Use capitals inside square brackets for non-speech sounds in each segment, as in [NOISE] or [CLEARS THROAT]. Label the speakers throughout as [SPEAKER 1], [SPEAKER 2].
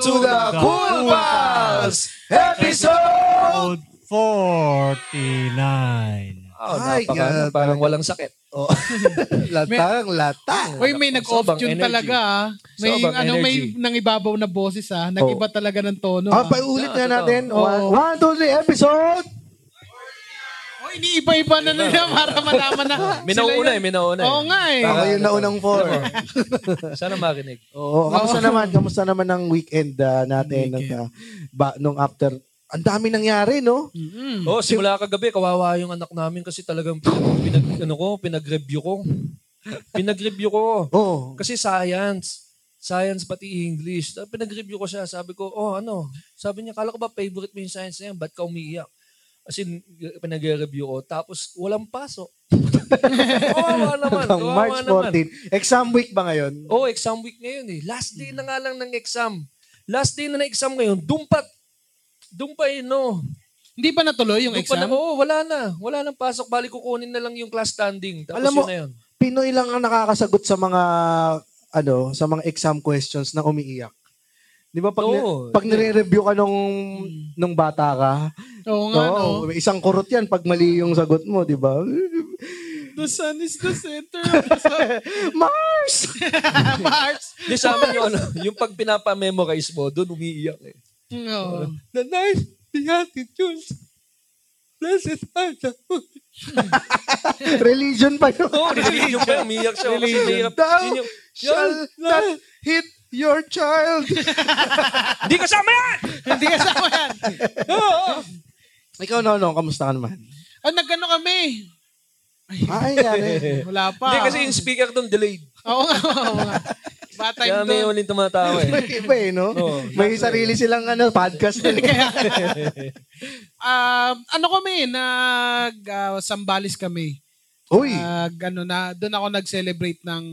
[SPEAKER 1] to the Cool Pals episode!
[SPEAKER 2] 49.
[SPEAKER 1] Oh,
[SPEAKER 3] Ay,
[SPEAKER 1] napaka,
[SPEAKER 3] God.
[SPEAKER 1] parang walang sakit. Oh,
[SPEAKER 3] Latang, latang.
[SPEAKER 4] Uy, may nag-off
[SPEAKER 1] Sobrang
[SPEAKER 4] tune
[SPEAKER 1] energy.
[SPEAKER 4] talaga. ah. May
[SPEAKER 1] Sobrang
[SPEAKER 4] ano,
[SPEAKER 1] energy. Oh.
[SPEAKER 4] may nangibabaw na boses ah. Nagiba talaga ng tono.
[SPEAKER 3] Ah,
[SPEAKER 4] ah.
[SPEAKER 3] paulit
[SPEAKER 1] Yeah,
[SPEAKER 3] na natin.
[SPEAKER 4] totoo.
[SPEAKER 3] One, one, two, three, episode!
[SPEAKER 4] Oh, iniiba-iba na nila para malaman
[SPEAKER 1] [LAUGHS]
[SPEAKER 4] na.
[SPEAKER 1] minauuna eh, minauuna eh.
[SPEAKER 4] Oo nga eh.
[SPEAKER 3] Baka yun na unang four.
[SPEAKER 1] Sana Oh, makinig.
[SPEAKER 3] Oo, kamusta naman? Kamusta naman ang weekend ah, natin ng,
[SPEAKER 4] Weekend.
[SPEAKER 3] ah, ba, nung after? Ang dami nangyari, no?
[SPEAKER 4] Mm.
[SPEAKER 1] Oh, simula kagabi, kawawa yung anak namin kasi talagang pinag, pinag ano ko, pinag-review ko. Pinag-review ko.
[SPEAKER 3] Oo.
[SPEAKER 1] Kasi science. Science pati English. Tapos Pinag-review ko siya. Sabi ko, oh ano. Sabi niya, kala ko ba favorite mo yung science na yan? Ba't ka umiiyak? As in, pinag-review ko. Tapos, walang pasok. [LAUGHS]
[SPEAKER 3] [LAUGHS]
[SPEAKER 1] Kawawa naman.
[SPEAKER 3] Hanggang
[SPEAKER 1] kawawa
[SPEAKER 3] March
[SPEAKER 1] naman.
[SPEAKER 3] 14. Exam week ba ngayon?
[SPEAKER 1] Oh, exam week ngayon eh. Last day na nga lang ng exam. Last day na ng exam ngayon. Dumpat. Dumpa eh, no.
[SPEAKER 4] Hindi ba natuloy yung
[SPEAKER 1] Doon pa Na,
[SPEAKER 4] exam?
[SPEAKER 1] oo, wala na. Wala nang pasok. Bali kukunin na lang yung class standing. Tapos
[SPEAKER 3] Alam
[SPEAKER 1] yun
[SPEAKER 3] mo-
[SPEAKER 1] na yun.
[SPEAKER 3] Pinoy lang ang nakakasagot sa mga ano, sa mga exam questions na umiiyak. 'Di ba pag ni-
[SPEAKER 1] Oo. Hmm.
[SPEAKER 3] pag nire-review ka nung
[SPEAKER 4] Mm.
[SPEAKER 3] nung bata ka,
[SPEAKER 4] Oo nga
[SPEAKER 3] oo,
[SPEAKER 4] no.
[SPEAKER 3] may isang kurot 'yan pag mali yung sagot mo, 'di ba?
[SPEAKER 4] The sun is the center of the
[SPEAKER 1] [LAUGHS]
[SPEAKER 4] sun.
[SPEAKER 3] Mars! [LAUGHS]
[SPEAKER 4] Mars.
[SPEAKER 1] Di sa amin yung, ano, [LAUGHS] yung pag pinapamemorize mo, doon umiiyak eh.
[SPEAKER 4] No.
[SPEAKER 1] The nice beatitudes. Blessed are the...
[SPEAKER 3] Religion pa yun.
[SPEAKER 1] Oo, religion pa. Umiiyak siya. Kasi mahirap.
[SPEAKER 3] Thou
[SPEAKER 1] Yun yung,
[SPEAKER 3] shall not hit your child.
[SPEAKER 1] Di kasama yan!
[SPEAKER 4] Hindi kasama yan.
[SPEAKER 3] Ikaw, Nonong, kamusta ka naman?
[SPEAKER 4] Ah, nagano kami.
[SPEAKER 3] Ay, eh. nangyari.
[SPEAKER 4] Wala pa.
[SPEAKER 1] Hindi kasi yung speaker doon delayed.
[SPEAKER 4] [LAUGHS] Oo nga. Oo nga. Bata
[SPEAKER 1] Kaya
[SPEAKER 4] yung
[SPEAKER 1] may
[SPEAKER 4] doon.
[SPEAKER 1] uling tumatawa eh.
[SPEAKER 3] [LAUGHS] May iba eh, no?
[SPEAKER 1] Oo.
[SPEAKER 3] May sarili silang ano, podcast din. eh.
[SPEAKER 4] Um, ano kami, nag ah, Sambales kami.
[SPEAKER 3] [LAUGHS] Uy!
[SPEAKER 4] Nag, ano na, doon ako nag-celebrate ng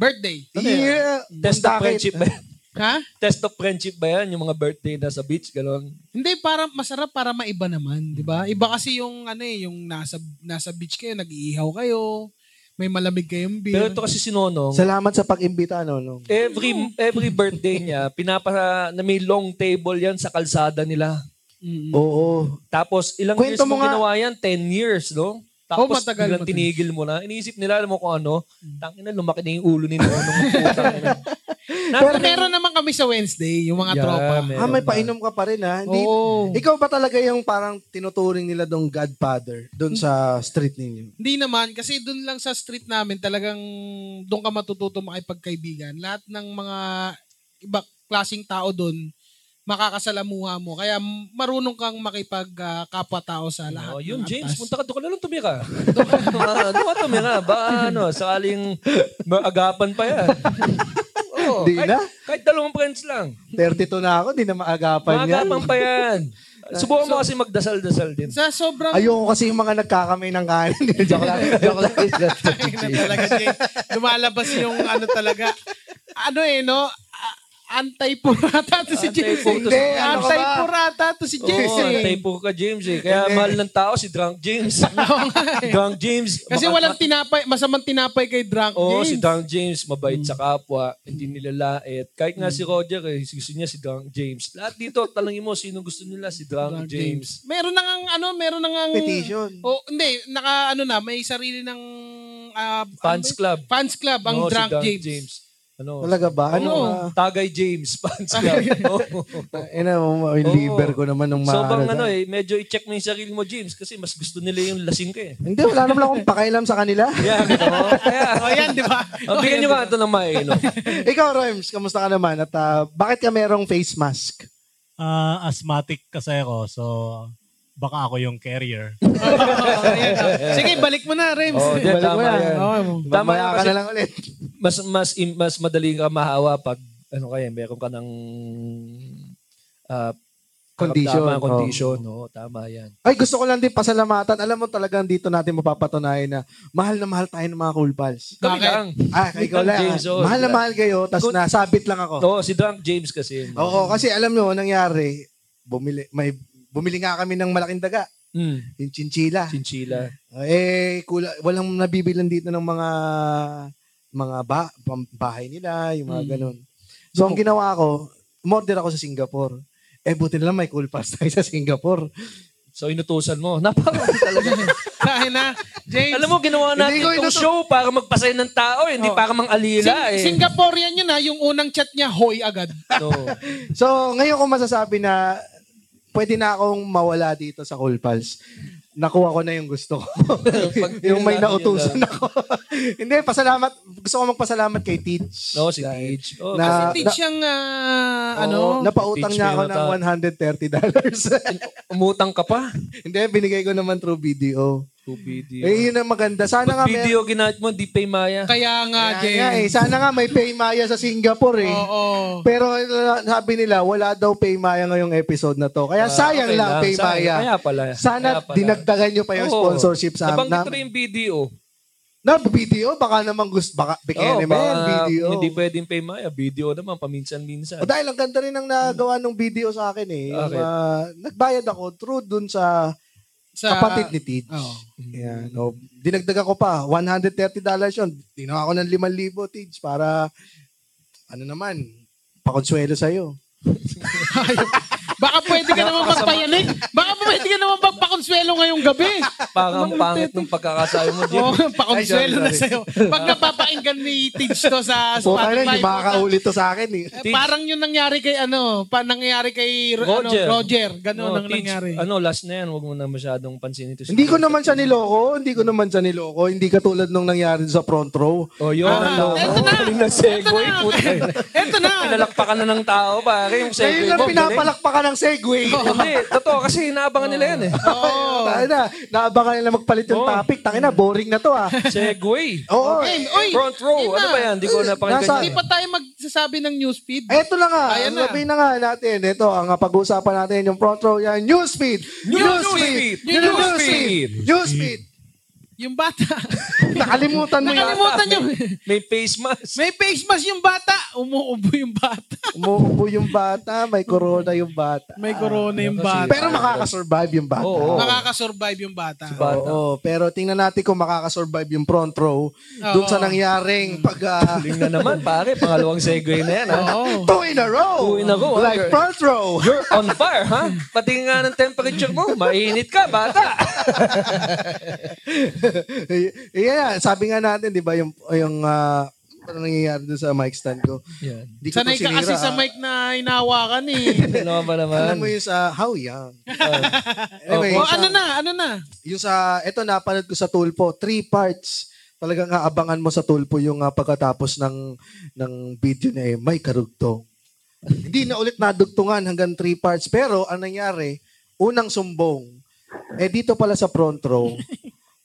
[SPEAKER 4] birthday.
[SPEAKER 3] yeah!
[SPEAKER 1] Ano Test of
[SPEAKER 3] Bakit?
[SPEAKER 1] friendship ba yan? [LAUGHS]
[SPEAKER 4] Ha?
[SPEAKER 1] Test of friendship ba yan? Yung mga birthday na sa beach, gano'n?
[SPEAKER 4] Hindi para masarap para maiba naman, 'di ba? Iba kasi yung ano eh, yung nasa nasa beach kayo, nag-iihaw kayo, may malamig kayong
[SPEAKER 1] Pero
[SPEAKER 4] beer.
[SPEAKER 1] ito kasi si Nonong,
[SPEAKER 3] Salamat sa pag-imbita, Nonong.
[SPEAKER 1] every every birthday niya, pinapa na may long table yan sa kalsada nila.
[SPEAKER 4] Mm.
[SPEAKER 3] Oo.
[SPEAKER 1] Tapos ilang
[SPEAKER 3] Kwento
[SPEAKER 1] years
[SPEAKER 3] mo
[SPEAKER 1] mo
[SPEAKER 3] nga.
[SPEAKER 1] ginawa yan? 10 years, no? Tapos
[SPEAKER 4] matagal,
[SPEAKER 1] biglang
[SPEAKER 4] matagal.
[SPEAKER 1] tinigil mo na. Iniisip nila, alam mo kung ano, tangin na, lumaki na yung ulo ni Nonong. Putang ina.
[SPEAKER 4] Pero
[SPEAKER 1] Nasa-
[SPEAKER 4] meron naman kami sa Wednesday, yung mga
[SPEAKER 1] Yeah,
[SPEAKER 4] tropa.
[SPEAKER 1] meron
[SPEAKER 3] Ah, may
[SPEAKER 1] na.
[SPEAKER 3] painom ka pa rin, ha? Hindi,
[SPEAKER 4] Oo.
[SPEAKER 3] Ikaw ba talaga yung parang tinuturing nila dong godfather doon sa street ninyo?
[SPEAKER 4] Hindi naman kasi doon lang sa street namin talagang doon ka matututo makipagkaibigan. Lahat ng mga iba klasing tao doon makakasalamuha mo. Kaya marunong kang makipag ah, kapwa-tao sa lahat.
[SPEAKER 1] Oh,
[SPEAKER 4] ng
[SPEAKER 1] yun, James,
[SPEAKER 4] antas.
[SPEAKER 1] punta ka doon ka na lang tumira. Doon ka ah, doon ka tumira. Ba, ano, sakaling maagapan pa yan. Oo,
[SPEAKER 3] Di
[SPEAKER 1] kahit,
[SPEAKER 3] na.
[SPEAKER 1] kahit dalawang friends lang.
[SPEAKER 3] 32 na ako, di na maagapan yan.
[SPEAKER 1] Maagapan pa yan. Subukan mo kasi magdasal-dasal din.
[SPEAKER 4] Sa [LAUGHS] sobrang
[SPEAKER 3] Ayoko kasi yung mga nagkakamay ng kanin. [LAUGHS] joke lang. Joke lang.
[SPEAKER 4] Ay, na talaga, Jay. Lumalabas yung ano talaga. Ano eh, no? A- Anti-purata to si James. eh.
[SPEAKER 1] Anti-purata.
[SPEAKER 3] Hindi, ano ka ba?
[SPEAKER 4] Anti-purata to si James.
[SPEAKER 1] Oo,
[SPEAKER 4] eh.
[SPEAKER 1] antay po ka, James. Eh. Kaya
[SPEAKER 3] Hindi.
[SPEAKER 1] mahal ng tao si Drunk James. Drunk James.
[SPEAKER 4] Kasi
[SPEAKER 1] maka-
[SPEAKER 4] walang tinapay, masamang tinapay kay Drunk
[SPEAKER 1] Oo,
[SPEAKER 4] James.
[SPEAKER 1] si Drunk James, mabait sa kapwa, hindi nilalait. Kahit nga si Roger, eh, gusto niya si Drunk James. Lahat dito, talangin mo, sino gusto nila? Si Drunk,
[SPEAKER 4] Drunk
[SPEAKER 1] James.
[SPEAKER 4] Meron na ngang, ano, meron na ngang...
[SPEAKER 3] Petition.
[SPEAKER 4] Oh, hindi, naka, ano na, may sarili ng... ah,
[SPEAKER 1] Fans
[SPEAKER 4] ano ba-
[SPEAKER 1] Club.
[SPEAKER 4] Fans club, ang
[SPEAKER 1] Oo, si
[SPEAKER 4] Drunk
[SPEAKER 1] Drunk
[SPEAKER 4] James.
[SPEAKER 1] Ano?
[SPEAKER 3] Talaga ba? Ano?
[SPEAKER 4] Oo.
[SPEAKER 3] ah,
[SPEAKER 1] Tagay James, [LAUGHS] fans club. Oo.
[SPEAKER 3] Ano, oh,
[SPEAKER 1] Oo.
[SPEAKER 3] yung liver ko naman nung
[SPEAKER 1] so,
[SPEAKER 3] maano.
[SPEAKER 1] bang ano eh, medyo i-check mo yung sarili mo, James, kasi mas gusto nila yung lasing ka eh.
[SPEAKER 3] Hindi, wala naman
[SPEAKER 1] [LAUGHS]
[SPEAKER 3] akong pakialam sa kanila.
[SPEAKER 1] Kaya, oh, kaya.
[SPEAKER 4] [LAUGHS] Oh, yan, di
[SPEAKER 1] [LAUGHS]
[SPEAKER 4] ba?
[SPEAKER 1] Oh, bigyan nyo nga ito ng mainom.
[SPEAKER 3] Ikaw, Rimes, kamusta ka naman? At ah, bakit ka merong face mask?
[SPEAKER 2] Ah, asthmatic kasi ako, so baka ako yung carrier.
[SPEAKER 4] Oh, yan, oh.
[SPEAKER 1] [LAUGHS]
[SPEAKER 4] Sige, balik mo na, Rems. [LAUGHS]
[SPEAKER 1] Oh,
[SPEAKER 3] Balik mo
[SPEAKER 1] tama
[SPEAKER 3] na.
[SPEAKER 1] yan.
[SPEAKER 4] Okay mo.
[SPEAKER 1] Tama
[SPEAKER 3] Mamaya
[SPEAKER 1] yan
[SPEAKER 3] ka
[SPEAKER 1] kasi-
[SPEAKER 3] na lang ulit.
[SPEAKER 1] mas mas im- mas madali ka mahawa pag ano kaya meron ka ng ah,
[SPEAKER 3] Condition. Oh.
[SPEAKER 1] karamdaman, condition, no? Tama 'yan.
[SPEAKER 3] Ay, gusto ko lang din pasalamatan. Alam mo talagang dito natin mapapatunayan na mahal na mahal tayo ng mga cool pals.
[SPEAKER 1] Kami
[SPEAKER 4] Bakit?
[SPEAKER 1] lang.
[SPEAKER 3] Ah, ikaw lang.
[SPEAKER 1] James, oh.
[SPEAKER 3] mahal na mahal kayo, tapos
[SPEAKER 1] Good.
[SPEAKER 3] nasabit lang ako.
[SPEAKER 1] Oo, si Drunk James kasi. no?
[SPEAKER 3] Oo, kasi alam nyo, nangyari, bumili, may, bumili nga kami ng malaking daga,
[SPEAKER 1] Mm,
[SPEAKER 3] yung chinchila.
[SPEAKER 1] chinchila.
[SPEAKER 3] Eh, kula, walang nabibilan dito ng mga
[SPEAKER 1] Mm.
[SPEAKER 3] mga ba, pam- bahay nila, yung mga ganun. So, ang ginawa ko, umorder ako sa Singapore. Eh, buti na lang may cool pass tayo sa Singapore.
[SPEAKER 1] So inutusan mo. [LAUGHS] Napakarami talaga.
[SPEAKER 4] Tayo na. James.
[SPEAKER 1] Alam mo, ginawa natin
[SPEAKER 3] Hindi ko
[SPEAKER 1] itong
[SPEAKER 3] inutu-
[SPEAKER 1] show para magpasaya ng tao, eh, hindi
[SPEAKER 4] Oh.
[SPEAKER 1] para mang alila.
[SPEAKER 4] Sing-
[SPEAKER 1] eh.
[SPEAKER 4] Singaporean yun ha, yung unang chat niya, hoy agad.
[SPEAKER 1] So,
[SPEAKER 3] So, ngayon ko masasabi na pwede na akong mawala dito sa Cool Pals. Nakuha ko na yung gusto ko.
[SPEAKER 1] [LAUGHS] Pag-
[SPEAKER 3] yung may
[SPEAKER 1] yun lang,
[SPEAKER 3] nautusan
[SPEAKER 1] yun lang.
[SPEAKER 3] ako. [LAUGHS] Hindi, pasalamat. Gusto ko magpasalamat kay Teach.
[SPEAKER 1] No, si
[SPEAKER 3] Dahil-
[SPEAKER 1] Teach. Oh,
[SPEAKER 3] na-
[SPEAKER 1] kasi
[SPEAKER 3] Ah,
[SPEAKER 4] Hindi siyang, ah, ano,
[SPEAKER 3] Oo,
[SPEAKER 1] Teach
[SPEAKER 3] napautang niya ako
[SPEAKER 1] me
[SPEAKER 3] ng
[SPEAKER 1] yata.
[SPEAKER 3] $130.
[SPEAKER 1] [LAUGHS]
[SPEAKER 3] dollars.
[SPEAKER 1] umutang ka pa.
[SPEAKER 3] Hindi, binigay ko naman through video.
[SPEAKER 1] To video.
[SPEAKER 3] Eh, yun ang maganda. Sana nga
[SPEAKER 1] Ba't
[SPEAKER 3] may...
[SPEAKER 1] video ginamit mo, di pay Maya.
[SPEAKER 4] kaya nga,
[SPEAKER 3] Kaya nga eh,
[SPEAKER 4] James.
[SPEAKER 3] sana nga may Paymaya sa Singapore eh.
[SPEAKER 4] Oo.
[SPEAKER 3] Pero uh, sabi nila, wala daw Paymaya ngayong episode na to.
[SPEAKER 1] Ah,
[SPEAKER 3] Kaya
[SPEAKER 1] okay
[SPEAKER 3] sayang lang,
[SPEAKER 1] Sayang.
[SPEAKER 3] Paymaya.
[SPEAKER 1] Kaya pala.
[SPEAKER 3] Sana
[SPEAKER 1] Kaya pala.
[SPEAKER 3] dinagdagan nyo pa yung
[SPEAKER 1] Oo.
[SPEAKER 3] sponsorship sa amin.
[SPEAKER 1] Nabanggit
[SPEAKER 3] Na,
[SPEAKER 1] ko na yung video.
[SPEAKER 3] na, video, baka naman gusto, baka
[SPEAKER 1] Oo,
[SPEAKER 3] bikini man,
[SPEAKER 1] baka
[SPEAKER 3] video.
[SPEAKER 1] Hindi pwedeng pay Maya. Video naman, paminsan-minsan.
[SPEAKER 3] O dahil ang ganda rin ang nagawa ng video sa akin eh. Yung,
[SPEAKER 1] Bakit?
[SPEAKER 3] ah, nagbayad ako through dun sa,
[SPEAKER 4] Sa, Oh.
[SPEAKER 3] kapatid ni Teach.
[SPEAKER 4] Oo.
[SPEAKER 3] Yan. O, dinagdagan ko pa, $130 yun. Tinawa ko ng 5,000 Teach para, ano naman, pakonsuelo sa'yo.
[SPEAKER 4] Baka pwede ka naman magpayanig. Baka pwede ka naman magpakonsuelo ngayong gabi.
[SPEAKER 1] Parang ang pangit ng pagkakasabi mo, Jim.
[SPEAKER 4] [LAUGHS] Oo,
[SPEAKER 3] Ay, sorry,
[SPEAKER 4] pakonsuelo na
[SPEAKER 3] sorry.
[SPEAKER 4] sa'yo. Pag napapakinggan ni Tidge to
[SPEAKER 3] Puta na,
[SPEAKER 4] sa Spotify.
[SPEAKER 3] hindi makakaulit to sa akin eh.
[SPEAKER 4] Eh, Parang yun nangyari kay ano, pa nangyari kay Ro- ano,
[SPEAKER 1] Roger.
[SPEAKER 4] Roger. Ganun
[SPEAKER 1] Oo,
[SPEAKER 4] ang
[SPEAKER 1] Teach,
[SPEAKER 4] nangyari.
[SPEAKER 1] Ano, last na yan. Huwag mo na masyadong pansinin ito.
[SPEAKER 3] Hindi ko naman siya niloko, hindi ko naman siya niloko, hindi katulad nung nangyari sa front row.
[SPEAKER 1] O, Oh, yun.
[SPEAKER 4] Ah, eto na.
[SPEAKER 1] Galing na segue.
[SPEAKER 4] Eto na.
[SPEAKER 1] Puta.
[SPEAKER 4] Eto na.
[SPEAKER 1] Pinalakpakan na ng tao, pare. Yung segue
[SPEAKER 3] Ngayon lang
[SPEAKER 1] mo. galing.
[SPEAKER 3] pinapalakpakan ng segue.
[SPEAKER 1] Hindi, totoo. Kasi inaabangan nila yan eh.
[SPEAKER 4] [LAUGHS] Oo.
[SPEAKER 3] Tayo na, naabangan nila magpalit yung
[SPEAKER 1] Oo.
[SPEAKER 3] topic. Tangina, boring na to
[SPEAKER 4] [LAUGHS]
[SPEAKER 3] ah.
[SPEAKER 1] Segue.
[SPEAKER 3] Oo.
[SPEAKER 4] Okay, oy.
[SPEAKER 1] Front row.
[SPEAKER 4] Yun
[SPEAKER 1] Ano
[SPEAKER 4] na.
[SPEAKER 1] ba yan? Hindi ko
[SPEAKER 3] Nasa-
[SPEAKER 1] napakinggan
[SPEAKER 4] Hindi
[SPEAKER 1] yan.
[SPEAKER 4] pa tayo magsasabi ng newsfeed.
[SPEAKER 3] Eto na nga,
[SPEAKER 4] Ayan na.
[SPEAKER 3] sabihin na nga natin. Ito, ang pag-uusapan natin yung front row yan. Newsfeed! Newsfeed!
[SPEAKER 1] Newsfeed!
[SPEAKER 3] Newsfeed! Newsfeed! [LAUGHS]
[SPEAKER 4] Yung bata.
[SPEAKER 3] Nakalimutan mo yan.
[SPEAKER 4] Nakalimutan yung...
[SPEAKER 1] May face mask.
[SPEAKER 4] May face mask yung bata. Umuubo yung bata.
[SPEAKER 3] Umuubo yung bata, may corona yung bata. Ah,
[SPEAKER 4] May corona yung bata.
[SPEAKER 3] Pero makakasurvive yung
[SPEAKER 1] Ah,
[SPEAKER 3] bata.
[SPEAKER 1] Oo.
[SPEAKER 4] Makakasurvive yung bata.
[SPEAKER 1] Bata.
[SPEAKER 3] Oo, pero tingnan natin kung makakasurvive yung front row doon sa nangyaring pag ah,
[SPEAKER 1] Galing na naman, pare. Pangalawang segue na yan, ha?
[SPEAKER 4] Oo.
[SPEAKER 3] two in a row.
[SPEAKER 1] Two in a row, ah.
[SPEAKER 3] Like front row.
[SPEAKER 1] You're on fire, ha? Pati nga ng temperature mo, mainit ka, bata.
[SPEAKER 3] Eh, yeah, sabi nga natin, 'di ba, yung yung ah, ano nangyayari doon sa mic stand ko.
[SPEAKER 1] Yan.
[SPEAKER 3] Di ko
[SPEAKER 4] Sanay
[SPEAKER 3] to
[SPEAKER 4] ka kasi
[SPEAKER 3] sinira,
[SPEAKER 4] sa
[SPEAKER 3] ah.
[SPEAKER 4] mic na hinawakan eh.
[SPEAKER 1] Ano ba
[SPEAKER 3] Alam mo
[SPEAKER 1] naman?
[SPEAKER 3] yung sa How Young.
[SPEAKER 1] Okay.
[SPEAKER 3] anyway, yung
[SPEAKER 4] o
[SPEAKER 3] sa-
[SPEAKER 4] ano na, ano na.
[SPEAKER 3] Yung sa, eto napanood ko sa Tulpo, three parts. Talagang aabangan mo sa Tulpo yung ah, pagkatapos ng ng video na eh, may karugtong. Hindi na ulit nadugtungan hanggang three parts. Pero ang nangyari, unang sumbong, eh dito pala sa front row,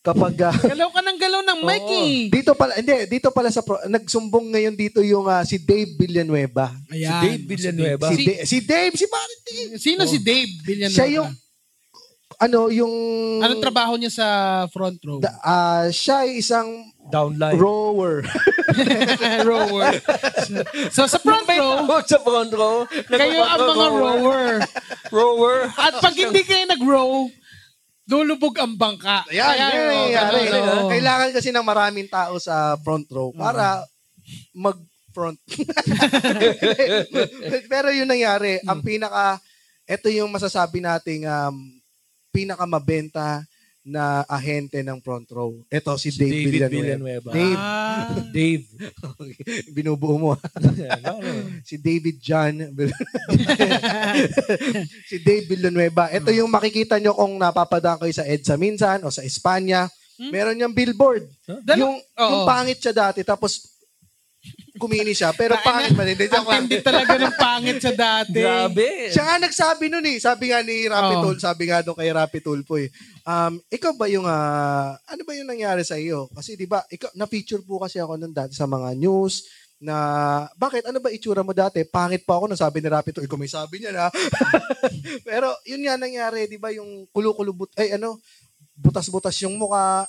[SPEAKER 3] kapag ah,
[SPEAKER 4] Galaw ka ng galaw ng mic
[SPEAKER 1] Oo.
[SPEAKER 4] eh.
[SPEAKER 3] dito pala, hindi, dito pala sa, pro- nagsumbong ngayon dito yung ah, si Dave Villanueva.
[SPEAKER 1] Si
[SPEAKER 4] Ayan.
[SPEAKER 1] Dave Villanueva.
[SPEAKER 3] Si,
[SPEAKER 4] Si-
[SPEAKER 3] Da- si Dave, si Barry Dave.
[SPEAKER 4] Sino si Dave Villanueva?
[SPEAKER 3] Siya yung, ano, yung,
[SPEAKER 4] Anong trabaho niya sa front row?
[SPEAKER 3] [LAUGHS] da- ah, siya ay isang
[SPEAKER 1] Downline.
[SPEAKER 3] rower.
[SPEAKER 4] rower. So sa front row,
[SPEAKER 1] [LAUGHS] Sa front row.
[SPEAKER 4] kayo ang mga rower.
[SPEAKER 1] Rower.
[SPEAKER 4] At pag hindi kayo nag-row, lulubog ang bangka.
[SPEAKER 3] Ayan, oh,
[SPEAKER 4] Ayan,
[SPEAKER 3] yun,
[SPEAKER 4] oo,
[SPEAKER 3] yun, yun,
[SPEAKER 4] ganun, oh.
[SPEAKER 3] yun.
[SPEAKER 4] oo.
[SPEAKER 3] Kailangan kasi ng maraming tao sa front row para mag front. [LAUGHS] Pero yun nangyari, ang pinaka ito yung masasabi nating um, pinaka mabenta na ahente ng front row. Ito si, Dave,
[SPEAKER 1] David
[SPEAKER 3] Villanueva.
[SPEAKER 1] Villanueva.
[SPEAKER 3] Dave.
[SPEAKER 4] Ah.
[SPEAKER 1] Dave. [LAUGHS] Ano?
[SPEAKER 3] Binubuo mo. ah.
[SPEAKER 4] Mm.
[SPEAKER 3] si David
[SPEAKER 4] [LAUGHS]
[SPEAKER 3] John. [LAUGHS] si Dave Villanueva. Ito yung makikita nyo kung napapadaan kayo sa EDSA minsan o sa Espanya. Meron yung billboard.
[SPEAKER 4] Dalaw-
[SPEAKER 3] Yung, yung
[SPEAKER 4] Hmm? Oo.
[SPEAKER 3] pangit siya dati, tapos kumini siya, pero pangit pa rin. Hindi,
[SPEAKER 4] Ang
[SPEAKER 3] joke lang.
[SPEAKER 4] tindi talaga ng pangit sa dati.
[SPEAKER 1] Grabe.
[SPEAKER 3] Siya nga nagsabi nun eh. Sabi nga ni Rapi
[SPEAKER 4] Oo.
[SPEAKER 3] Tul, sabi nga nung kay Rapi Tulfo eh. Um, ikaw ba yung, ah, ano ba yung nangyari sa iyo? Kasi di ba, ikaw, na-feature po kasi ako nun dati sa mga news na bakit ano ba itsura mo dati pangit pa ako nung sabi ni Rapi Tul kung may sabi niya na [LAUGHS] pero yun nga nangyari di ba yung kulo-kulo but ay ano butas-butas yung mukha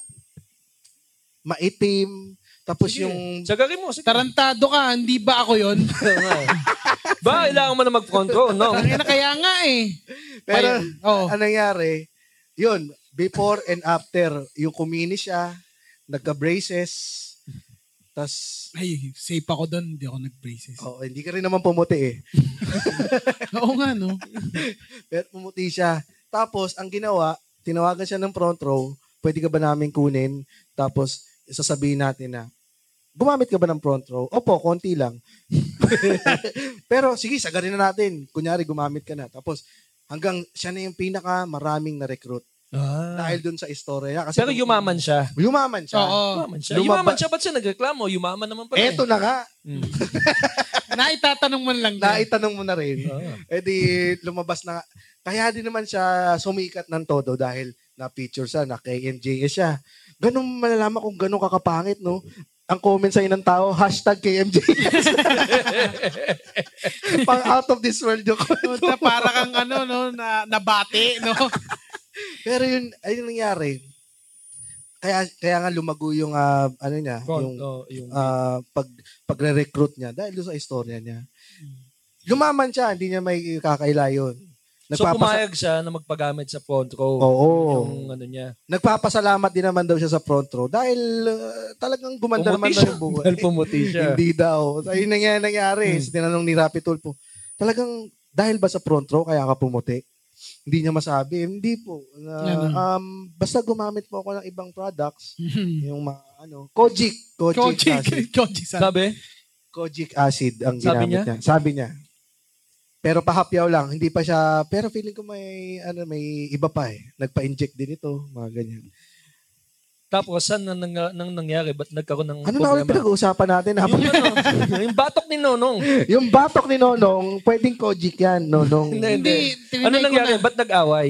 [SPEAKER 3] maitim tapos
[SPEAKER 1] Sige.
[SPEAKER 3] yung
[SPEAKER 1] Sagarin mo. Sige.
[SPEAKER 4] Tarantado ka, hindi ba ako yun?
[SPEAKER 1] ba, kailangan mo na mag-front row, no?
[SPEAKER 4] Tangin na kaya nga eh. oh.
[SPEAKER 3] Pero,
[SPEAKER 4] Ayun. Oo.
[SPEAKER 3] ang nangyari, yun, before and after, yung kumini siya, nagka-braces, tas,
[SPEAKER 4] Ay, safe ako doon. Hindi ako nag-braces.
[SPEAKER 3] oh, hindi ka rin naman pumuti eh.
[SPEAKER 4] Oo nga, no?
[SPEAKER 3] Pero pumuti siya. Tapos, ang ginawa, tinawagan siya ng front row, pwede ka ba namin kunin? Tapos, sasabihin natin na, gumamit ka ba ng front row? Opo, konti lang. [LAUGHS] Pero sige, sagarin na natin. Kunyari, gumamit ka na. Tapos, hanggang siya na yung pinaka maraming na-recruit.
[SPEAKER 1] Ah.
[SPEAKER 3] Dahil dun sa story niya. Kasi
[SPEAKER 1] Pero yumaman siya.
[SPEAKER 3] Yumaman siya.
[SPEAKER 4] Oo.
[SPEAKER 1] Yumaman siya.
[SPEAKER 3] Lumaba-
[SPEAKER 1] Yumaman siya. Ba't siya nagreklamo? Yumaman naman pala.
[SPEAKER 3] Eto na nga.
[SPEAKER 1] Eh. Mm.
[SPEAKER 4] Naitatanong man lang. niya.
[SPEAKER 3] Naitanong mo na rin.
[SPEAKER 1] Ah.
[SPEAKER 3] Eh di lumabas na. Kaya din naman siya sumikat ng todo dahil na-feature siya, na KMJS siya. Ganun malalaman kung ganun kakapangit, no? Ang comment sa ng tao, hashtag [LAUGHS] KMJS. Pang out of this world yung
[SPEAKER 4] No,
[SPEAKER 3] kwento.
[SPEAKER 4] na para kang ano, no? Na, nabate, no?
[SPEAKER 3] Pero yun, ayun yung nangyari. Kaya, kaya nga lumago yung, ah, ano niya, yung
[SPEAKER 1] Front, oh, yung,
[SPEAKER 3] ah, pag, pagre-recruit niya dahil doon sa istorya niya. Lumaman siya, hindi niya may kakaila yun.
[SPEAKER 1] so
[SPEAKER 3] Nagpapasa- Oh.
[SPEAKER 1] pumayag siya na magpagamit sa front row.
[SPEAKER 3] Oo.
[SPEAKER 1] Yung ano niya.
[SPEAKER 3] Nagpapasalamat din naman daw siya sa front row dahil uh, talagang gumanda
[SPEAKER 1] Pumuti
[SPEAKER 3] naman daw
[SPEAKER 1] siya. [LAUGHS]
[SPEAKER 3] yung buhay.
[SPEAKER 1] Dahil pumuti siya.
[SPEAKER 3] Hindi daw. So, yun ang nga nangyari.
[SPEAKER 1] Hmm.
[SPEAKER 3] Tinanong ni Rapi Tulfo, talagang dahil ba sa front row kaya ka pumuti? Hindi niya masabi. Hindi po. Na,
[SPEAKER 4] Ganun.
[SPEAKER 3] um, basta gumamit po ako ng ibang products. Yung mga ano. Kojic. Kojic, acid.
[SPEAKER 4] [LAUGHS] Kojic. Kojic. sa-
[SPEAKER 1] Sabi?
[SPEAKER 3] Kojic acid
[SPEAKER 1] Sabi
[SPEAKER 3] ang ginamit niya?
[SPEAKER 1] niya?
[SPEAKER 3] Sabi niya. Pero pahapyaw lang. Hindi pa siya, pero feeling ko may, ano, may iba pa eh. Nagpa-inject din ito. Mga ganyan.
[SPEAKER 1] Tapos saan na nang, nang nangyari? Ba't nagkaroon ng
[SPEAKER 3] Ano na ulit
[SPEAKER 1] problema?
[SPEAKER 3] pinag-uusapan natin? Habang
[SPEAKER 1] yung, ano, [LAUGHS] yung batok ni Nonong.
[SPEAKER 3] [LAUGHS] Yung batok ni Nonong, pwedeng kojic yan,
[SPEAKER 1] [LAUGHS]
[SPEAKER 3] Nonong.
[SPEAKER 4] Hindi, tinry
[SPEAKER 1] Ano
[SPEAKER 4] ko
[SPEAKER 1] nangyari?
[SPEAKER 4] na.
[SPEAKER 1] Ba't nag-away?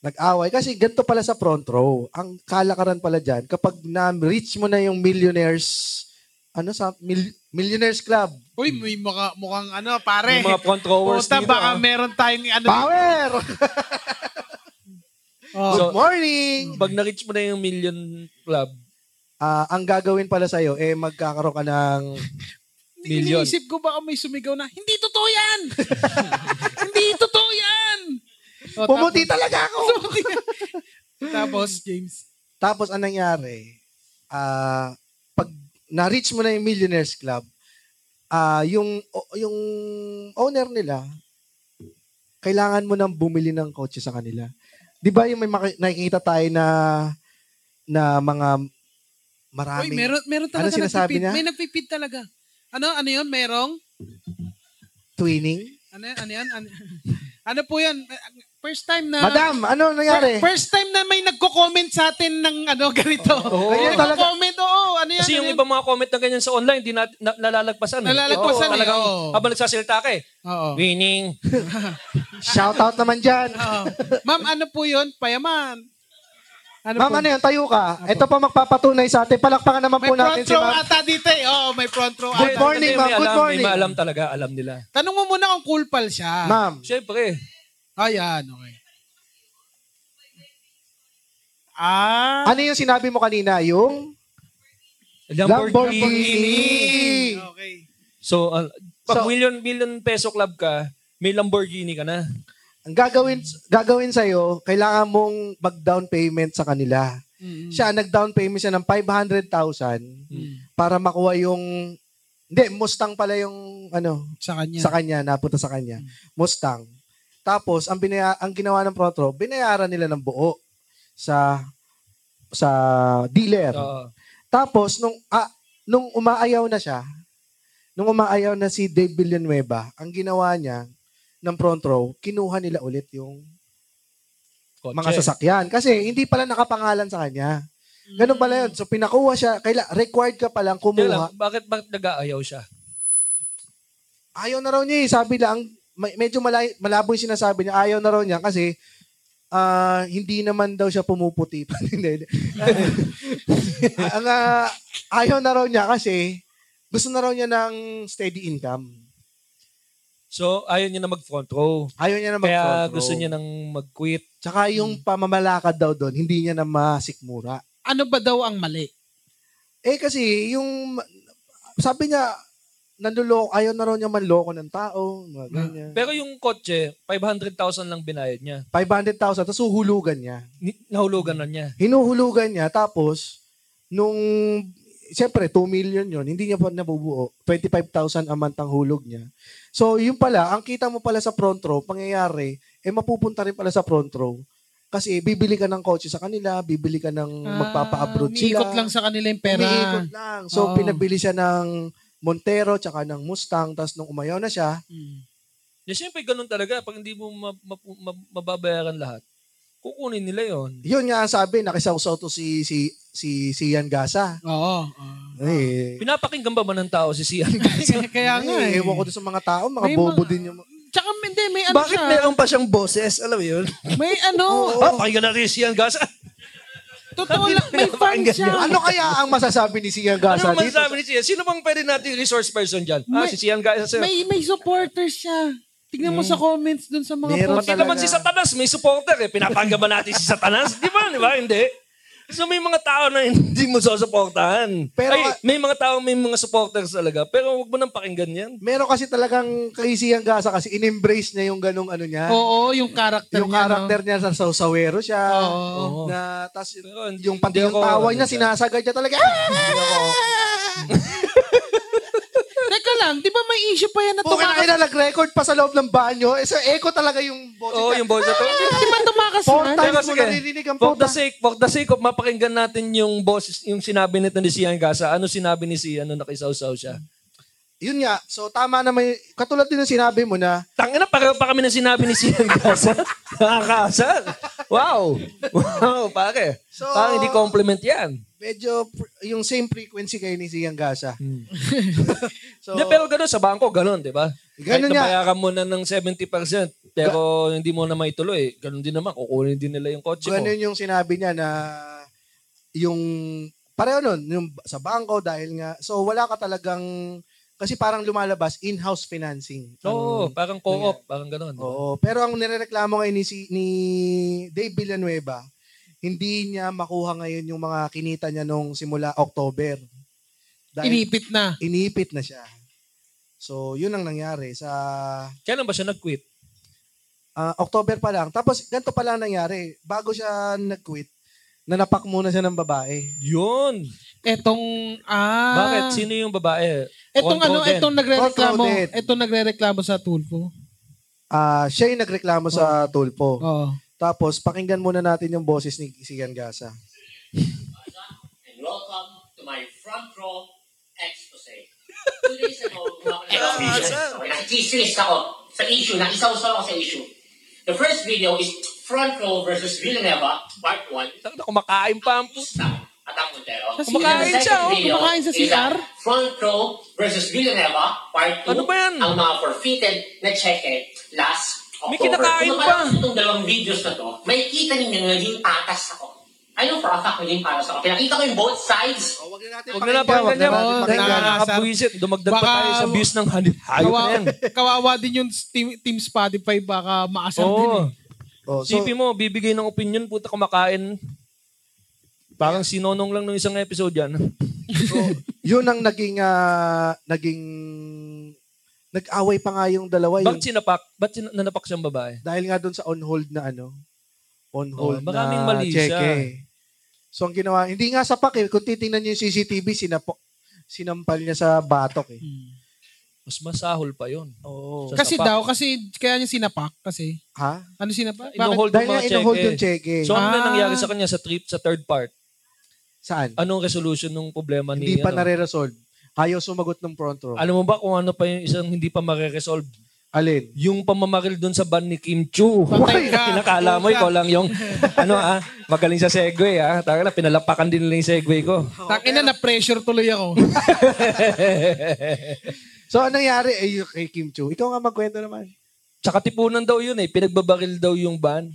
[SPEAKER 3] Nag-away. Kasi ganito pala sa front row. Ang kalakaran pala dyan, kapag na-reach mo na yung millionaires, ano sa, mil- millionaires club.
[SPEAKER 4] Uy, may mukha, mukhang ano, pare.
[SPEAKER 1] Yung mga front rowers
[SPEAKER 4] Puta,
[SPEAKER 1] dito, ah.
[SPEAKER 4] baka meron tayong ano.
[SPEAKER 1] [LAUGHS]
[SPEAKER 3] Power!
[SPEAKER 4] Oh.
[SPEAKER 1] So,
[SPEAKER 3] Good morning!
[SPEAKER 1] Pag na-reach mo na yung million club,
[SPEAKER 3] Ah, ang gagawin pala sa'yo, eh magkakaroon ka ng...
[SPEAKER 1] million.
[SPEAKER 4] Iniisip ko baka may sumigaw na, hindi totoo
[SPEAKER 1] [LAUGHS]
[SPEAKER 4] yan! hindi totoo yan! O,
[SPEAKER 3] Pumuti talaga
[SPEAKER 1] [LAUGHS]
[SPEAKER 3] ako!
[SPEAKER 4] tapos, tapos, James.
[SPEAKER 3] Tapos ang nangyari, ah pag na-reach mo na yung Millionaires Club, ah yung o- yung owner nila kailangan mo nang bumili ng kotse sa kanila. 'Di ba yung may maki- nakikita tayo na na mga
[SPEAKER 4] Uy,
[SPEAKER 3] maraming
[SPEAKER 4] meron, meron talaga
[SPEAKER 3] Ano sinasabi
[SPEAKER 4] nagpipid.
[SPEAKER 3] niya?
[SPEAKER 4] May nagpipid talaga. Ano, ano yun? Merong?
[SPEAKER 3] twinning?
[SPEAKER 4] Ano, yun? ano yun? Ano, [LAUGHS] ano po yun? First time na...
[SPEAKER 3] Madam, ano nangyari?
[SPEAKER 4] First time na may nagko-comment sa atin ng ano, ganito.
[SPEAKER 1] Oo.
[SPEAKER 4] May
[SPEAKER 3] Ganyan Oh. talaga.
[SPEAKER 4] Nagko-comment, oo. Ano yan?
[SPEAKER 1] Kasi yung
[SPEAKER 4] ano
[SPEAKER 1] ibang mga comment na ganyan sa online, di na, na, nalalagpasan. eh.
[SPEAKER 4] Nalalagpasan
[SPEAKER 1] Oo,
[SPEAKER 4] eh,
[SPEAKER 1] talagang
[SPEAKER 4] oo. Oh.
[SPEAKER 1] Habang nagsasalita ka eh.
[SPEAKER 4] yun? Oo.
[SPEAKER 1] Winning.
[SPEAKER 3] Shout out naman diyan.
[SPEAKER 4] Oo. Ma'am, ano po yun? Payaman. Ano
[SPEAKER 3] Ma'am,
[SPEAKER 4] po? Ah,
[SPEAKER 3] ano yun? Tayo ka. Ito pa magpapatunay sa atin. Palakpakan naman
[SPEAKER 4] May
[SPEAKER 3] po natin
[SPEAKER 4] front
[SPEAKER 3] si
[SPEAKER 4] row
[SPEAKER 3] Ma'am.
[SPEAKER 4] ata dito eh. Oo, may front row
[SPEAKER 3] Good
[SPEAKER 4] ata.
[SPEAKER 3] morning,
[SPEAKER 1] Kasi may
[SPEAKER 3] ma'am. Good
[SPEAKER 1] alam,
[SPEAKER 3] morning.
[SPEAKER 1] May maalam talaga, alam nila.
[SPEAKER 4] Tanong mo muna kung cool pal siya.
[SPEAKER 3] Ma'am.
[SPEAKER 1] Siyempre,
[SPEAKER 4] Ayan, okay. Ah.
[SPEAKER 3] Ano yung sinabi mo kanina? Yung
[SPEAKER 1] Lamborghini.
[SPEAKER 3] Lamborghini.
[SPEAKER 4] Okay.
[SPEAKER 1] So, uh, pag
[SPEAKER 3] So-
[SPEAKER 1] million, million peso club ka, may Lamborghini ka na.
[SPEAKER 3] Ang gagawin gagawin sa kailangan mong mag-down payment sa kanila.
[SPEAKER 4] Mm-mm.
[SPEAKER 3] Siya nag-down payment siya ng 500,000 para makuha yung hindi Mustang pala yung ano
[SPEAKER 4] Sa kanya.
[SPEAKER 3] sa kanya napunta sa kanya. Mustang. Tapos ang binaya, ang ginawa ng front row, binayaran nila ng buo sa sa dealer.
[SPEAKER 1] Oo.
[SPEAKER 3] Tapos nung ah, nung umaayaw na siya, nung umaayaw na si Dave Villanueva, ang ginawa niya ng front row, kinuha nila ulit yung
[SPEAKER 1] kotse.
[SPEAKER 3] mga sasakyan kasi hindi pala nakapangalan sa kanya. Ganun pala yun. So pinakuha siya, kaila, required ka palang
[SPEAKER 1] Kaya lang,
[SPEAKER 3] kumuha.
[SPEAKER 1] bakit, bakit nag-aayaw siya?
[SPEAKER 3] Ayaw na raw niya eh. Sabi lang, may- medyo malay, malabo yung sinasabi niya. Ayaw na raw niya kasi ah, hindi naman daw siya pumuputi. [LAUGHS] Hindi, hindi. Ang, ah, ayaw na raw niya kasi gusto na raw niya ng steady income.
[SPEAKER 1] So, ayaw niya na mag-front row.
[SPEAKER 3] Ayaw niya na mag
[SPEAKER 1] Kaya gusto niya Hmm. nang mag-quit.
[SPEAKER 3] Tsaka yung pamamalakad daw doon, hindi niya na masikmura.
[SPEAKER 4] Ano ba daw ang mali?
[SPEAKER 3] Eh kasi yung sabi niya nanloloko ayaw na raw niya manloko ng tao, mga
[SPEAKER 1] Hmm.
[SPEAKER 3] ganyan.
[SPEAKER 1] Pero yung kotse, 500,000 lang binayad niya.
[SPEAKER 3] 500,000 tapos huhulugan niya.
[SPEAKER 1] Ni- Nahulugan na niya.
[SPEAKER 3] Hinuhulugan niya tapos nung siyempre, 2 million yun, hindi niya pa nabubuo. 25,000 a month ang hulog niya. So, yun pala, ang kita mo pala sa front row, pangyayari, eh mapupunta rin pala sa front row. Kasi bibili ka ng kotse sa kanila, bibili ka ng magpapa-abroad sila.
[SPEAKER 4] Ah, Umiikot lang sa kanila yung pera.
[SPEAKER 3] Umiikot lang. So,
[SPEAKER 4] Oo.
[SPEAKER 3] pinabili siya ng Montero, tsaka ng Mustang, tapos nung umayaw na siya,
[SPEAKER 4] Mm.
[SPEAKER 1] Yeah, syempre, Eh, ganun talaga. Pag hindi mo ma- ma- ma- mababayaran lahat, kukunin nila yon.
[SPEAKER 3] yun nga ang sabi, nakisawsaw to si, si, si, si Ian Gasa.
[SPEAKER 4] Oo.
[SPEAKER 3] [LAUGHS]
[SPEAKER 4] oo.
[SPEAKER 3] Eh,
[SPEAKER 1] Pinapakinggan ba ba ng tao si Sian?
[SPEAKER 4] Kaya- Kaya nga
[SPEAKER 3] eh,
[SPEAKER 4] eh.
[SPEAKER 3] ewan ko doon sa mga tao, mga
[SPEAKER 4] May
[SPEAKER 3] bobo
[SPEAKER 4] mga-
[SPEAKER 3] din yung...
[SPEAKER 4] Tsaka hindi, may ano
[SPEAKER 5] Bakit
[SPEAKER 4] siya.
[SPEAKER 5] meron pa siyang boses? Alam mo yun?
[SPEAKER 4] May ano.
[SPEAKER 1] [LAUGHS] Ah, pakinggan natin si Sian Ano Gasa.
[SPEAKER 4] Totoo lang, may fan
[SPEAKER 5] Napakinggan
[SPEAKER 4] siya.
[SPEAKER 3] Ano kaya ang masasabi ni si Ian Gasa
[SPEAKER 1] Ano man
[SPEAKER 3] dito?
[SPEAKER 1] sabi ni Sian? Sino bang pwede nating resource person dyan? Ah,
[SPEAKER 4] May-
[SPEAKER 1] si Sian Gasa. sir.
[SPEAKER 4] May may supporters siya. Tignan mo sa comments dun sa mga
[SPEAKER 3] Hmm. Meron
[SPEAKER 4] posts.
[SPEAKER 1] Pati naman si
[SPEAKER 3] talaga.
[SPEAKER 1] Satanas, may supporter eh. Pinapakinggan ba natin si Satanas? Di ba? Di ba? Hindi. So may mga tao na hindi mo susuportahan.
[SPEAKER 3] Pero-
[SPEAKER 1] Pero, Ay, may mga tao, may mga supporters talaga. Pero huwag mo nang pakinggan yan.
[SPEAKER 3] Meron kasi talagang kay si Ian Gasa kasi in-embrace niya yung ganong ano niya.
[SPEAKER 4] Oo, yung character
[SPEAKER 3] yung
[SPEAKER 4] niya.
[SPEAKER 3] karakter niya sa sawsawero siya.
[SPEAKER 4] Oo.
[SPEAKER 3] Na, tas
[SPEAKER 1] Pero hindi-
[SPEAKER 3] yung pati
[SPEAKER 1] hindi ako-
[SPEAKER 3] yung
[SPEAKER 1] ano,
[SPEAKER 3] tawa niya, sinasagad niya talaga. [LAUGHS]
[SPEAKER 4] No? Teka lang, di ba may issue pa yan na
[SPEAKER 3] Pukin na
[SPEAKER 4] tumakas?
[SPEAKER 3] ina, nag-record pa sa loob ng banyo. Eh, so, echo talaga yung boses
[SPEAKER 1] Oo,
[SPEAKER 3] niya.
[SPEAKER 1] Oh, yung boses.
[SPEAKER 5] ah!
[SPEAKER 4] Di [LAUGHS] di ba tumakas
[SPEAKER 3] Four
[SPEAKER 4] yan?
[SPEAKER 3] times
[SPEAKER 1] Pero
[SPEAKER 3] mo
[SPEAKER 1] sige,
[SPEAKER 3] naririnig ang
[SPEAKER 1] For
[SPEAKER 3] puta.
[SPEAKER 1] the sake, for the sake of mapakinggan natin yung boses, yung sinabi nito ni Sian Gasa, ano sinabi ni Sian nung nakisawsaw siya?
[SPEAKER 3] Yun nga. So, tama naman. yun. Katulad din ng sinabi mo na,
[SPEAKER 1] Tangina, para pa kami ng sinabi ni Sian [LAUGHS] Gasa. Nakakasal. Wow. Wow, pare.
[SPEAKER 3] So-
[SPEAKER 1] Parang hindi compliment yan.
[SPEAKER 3] medyo fr- yung same frequency kayo ni Siyang Gasa. [LAUGHS] so,
[SPEAKER 1] Hmm. Hindi, pero gano'n, sa bangko, gano'n, di ba? Kahit
[SPEAKER 3] Ganun nga.
[SPEAKER 1] nabayaran mo na ng 70%, pero hindi mo na maituloy, gano'n din naman, kukunin din nila yung kotse mo.
[SPEAKER 3] ganun ano yung sinabi niya na yung pareho nun, yung sa bangko dahil nga, so wala ka talagang, kasi parang lumalabas, in-house financing.
[SPEAKER 1] Oo, parang co-op, parang gano'n. di ba?
[SPEAKER 3] Oo, pero ang nirereklamo ngayon ni, si- ni Dave Villanueva, hindi niya makuha ngayon yung mga kinita niya nung simula October. Dahil
[SPEAKER 4] Inipit na.
[SPEAKER 3] inipit na siya. So, yun ang nangyari sa
[SPEAKER 1] Kailan ba siya nag-quit?
[SPEAKER 3] Ah, October pa lang. Tapos, ganito pa lang nangyari. Bago siya nag-quit, nanapak muna siya ng babae.
[SPEAKER 1] Yun.
[SPEAKER 4] Etong, ah.
[SPEAKER 1] Bakit? Sino yung babae?
[SPEAKER 4] Etong
[SPEAKER 1] Ron
[SPEAKER 4] ano,
[SPEAKER 1] Roden.
[SPEAKER 4] etong nagre-reklamo,
[SPEAKER 3] Ron Roden.
[SPEAKER 4] etong nagre-reklamo sa Tulfo.
[SPEAKER 3] Ah, siya yung nagreklamo
[SPEAKER 1] Oh.
[SPEAKER 3] sa tulpo.
[SPEAKER 4] Oo.
[SPEAKER 3] Tapos, pakinggan muna natin yung boses ni Sigan Gasa.
[SPEAKER 6] and welcome to my front row expose. Two days ago, nag-distress ako sa issue, nakisaw-saw ako sa issue. The first video is front row versus Villanueva, part 1,
[SPEAKER 1] Tangina, kumakain pa ang puto.
[SPEAKER 6] at ang Montero.
[SPEAKER 4] Sa
[SPEAKER 1] Kumakain
[SPEAKER 6] The second
[SPEAKER 4] siya, oh.
[SPEAKER 6] video
[SPEAKER 4] Kumakain sa
[SPEAKER 6] is
[SPEAKER 4] CR.
[SPEAKER 6] Front row versus Villanueva, part 2,
[SPEAKER 1] Ano ba yan?
[SPEAKER 6] ang mga forfeited na cheque last October.
[SPEAKER 1] May kinakain
[SPEAKER 6] Kung
[SPEAKER 1] pa.
[SPEAKER 6] mapanood nyo itong dalawang videos na to, may kita ninyo na naging patas ako. I know for a fact naging patas ako. Pinakita ko yung both sides.
[SPEAKER 3] Oh, wag na natin
[SPEAKER 1] Huwag na napakinggan
[SPEAKER 3] wag na
[SPEAKER 1] niya.
[SPEAKER 3] natin
[SPEAKER 4] Oo,
[SPEAKER 3] pakinggan.
[SPEAKER 4] na-
[SPEAKER 1] Nakakabwisit. Dumagdag pa
[SPEAKER 4] Baka-
[SPEAKER 1] tayo sa views ng hanip. Hayop na
[SPEAKER 4] Kawawa,
[SPEAKER 1] [LAUGHS] yan.
[SPEAKER 4] [LAUGHS] kawawa din yung team, team Spotify, baka maasar din eh.
[SPEAKER 1] Oo.
[SPEAKER 3] Oh, so,
[SPEAKER 1] Sipi mo, bibigay ng opinion, puta kumakain. Parang sinonong lang nung isang episode yan.
[SPEAKER 3] [LAUGHS] yun ang naging, ah, naging, nag-away pa nga yung dalawa. Yung,
[SPEAKER 1] Bakit sinapak? Ba't sin- nanapak siyang babae?
[SPEAKER 3] dahil nga doon sa on-hold na ano,
[SPEAKER 1] Oo, Oh,
[SPEAKER 3] on-hold
[SPEAKER 1] maraming
[SPEAKER 3] na
[SPEAKER 1] mali
[SPEAKER 3] cheque.
[SPEAKER 1] siya.
[SPEAKER 3] So, ang ginawa, hindi nga sa pake, kung titingnan niyo yung CCTV, sinapo, sinampal niya sa batok eh.
[SPEAKER 1] Mas masahol pa yon.
[SPEAKER 3] Oo.
[SPEAKER 1] Sa-
[SPEAKER 4] Kasi
[SPEAKER 1] sapak.
[SPEAKER 4] daw, kasi kaya niya sinapak. Kasi,
[SPEAKER 3] Ha?
[SPEAKER 4] ano sinapak? Bakit?
[SPEAKER 1] Inuhold
[SPEAKER 3] Dahil
[SPEAKER 1] yung
[SPEAKER 3] nga
[SPEAKER 1] mga
[SPEAKER 3] in-hold
[SPEAKER 1] cheque.
[SPEAKER 3] yung cheque.
[SPEAKER 1] So ano
[SPEAKER 4] Ah.
[SPEAKER 1] nangyari sa kanya sa trip sa third part?
[SPEAKER 3] Saan?
[SPEAKER 1] Anong resolution ng problema ni
[SPEAKER 3] Hindi pa
[SPEAKER 1] ano?
[SPEAKER 3] nare-resolve. Ayaw sumagot ng front row.
[SPEAKER 1] Alam mo ba kung ano pa yung isang hindi pa mare-resolve?
[SPEAKER 3] Alin?
[SPEAKER 1] Yung pamamaril doon sa ban ni Kim Chu. [LAUGHS]
[SPEAKER 4] Patay ka.
[SPEAKER 1] Kinakala mo, ikaw lang yung, ano ah, magaling sa segue ah. Taka na, pinalapakan din nila yung segue ko.
[SPEAKER 4] Takina na pressure tuloy ako. [LAUGHS]
[SPEAKER 3] So, anong nangyari eh, yung kay Kim Chu? Ikaw nga magkwento naman.
[SPEAKER 1] Tsaka tipunan daw yun eh. Pinagbabaril daw yung ban.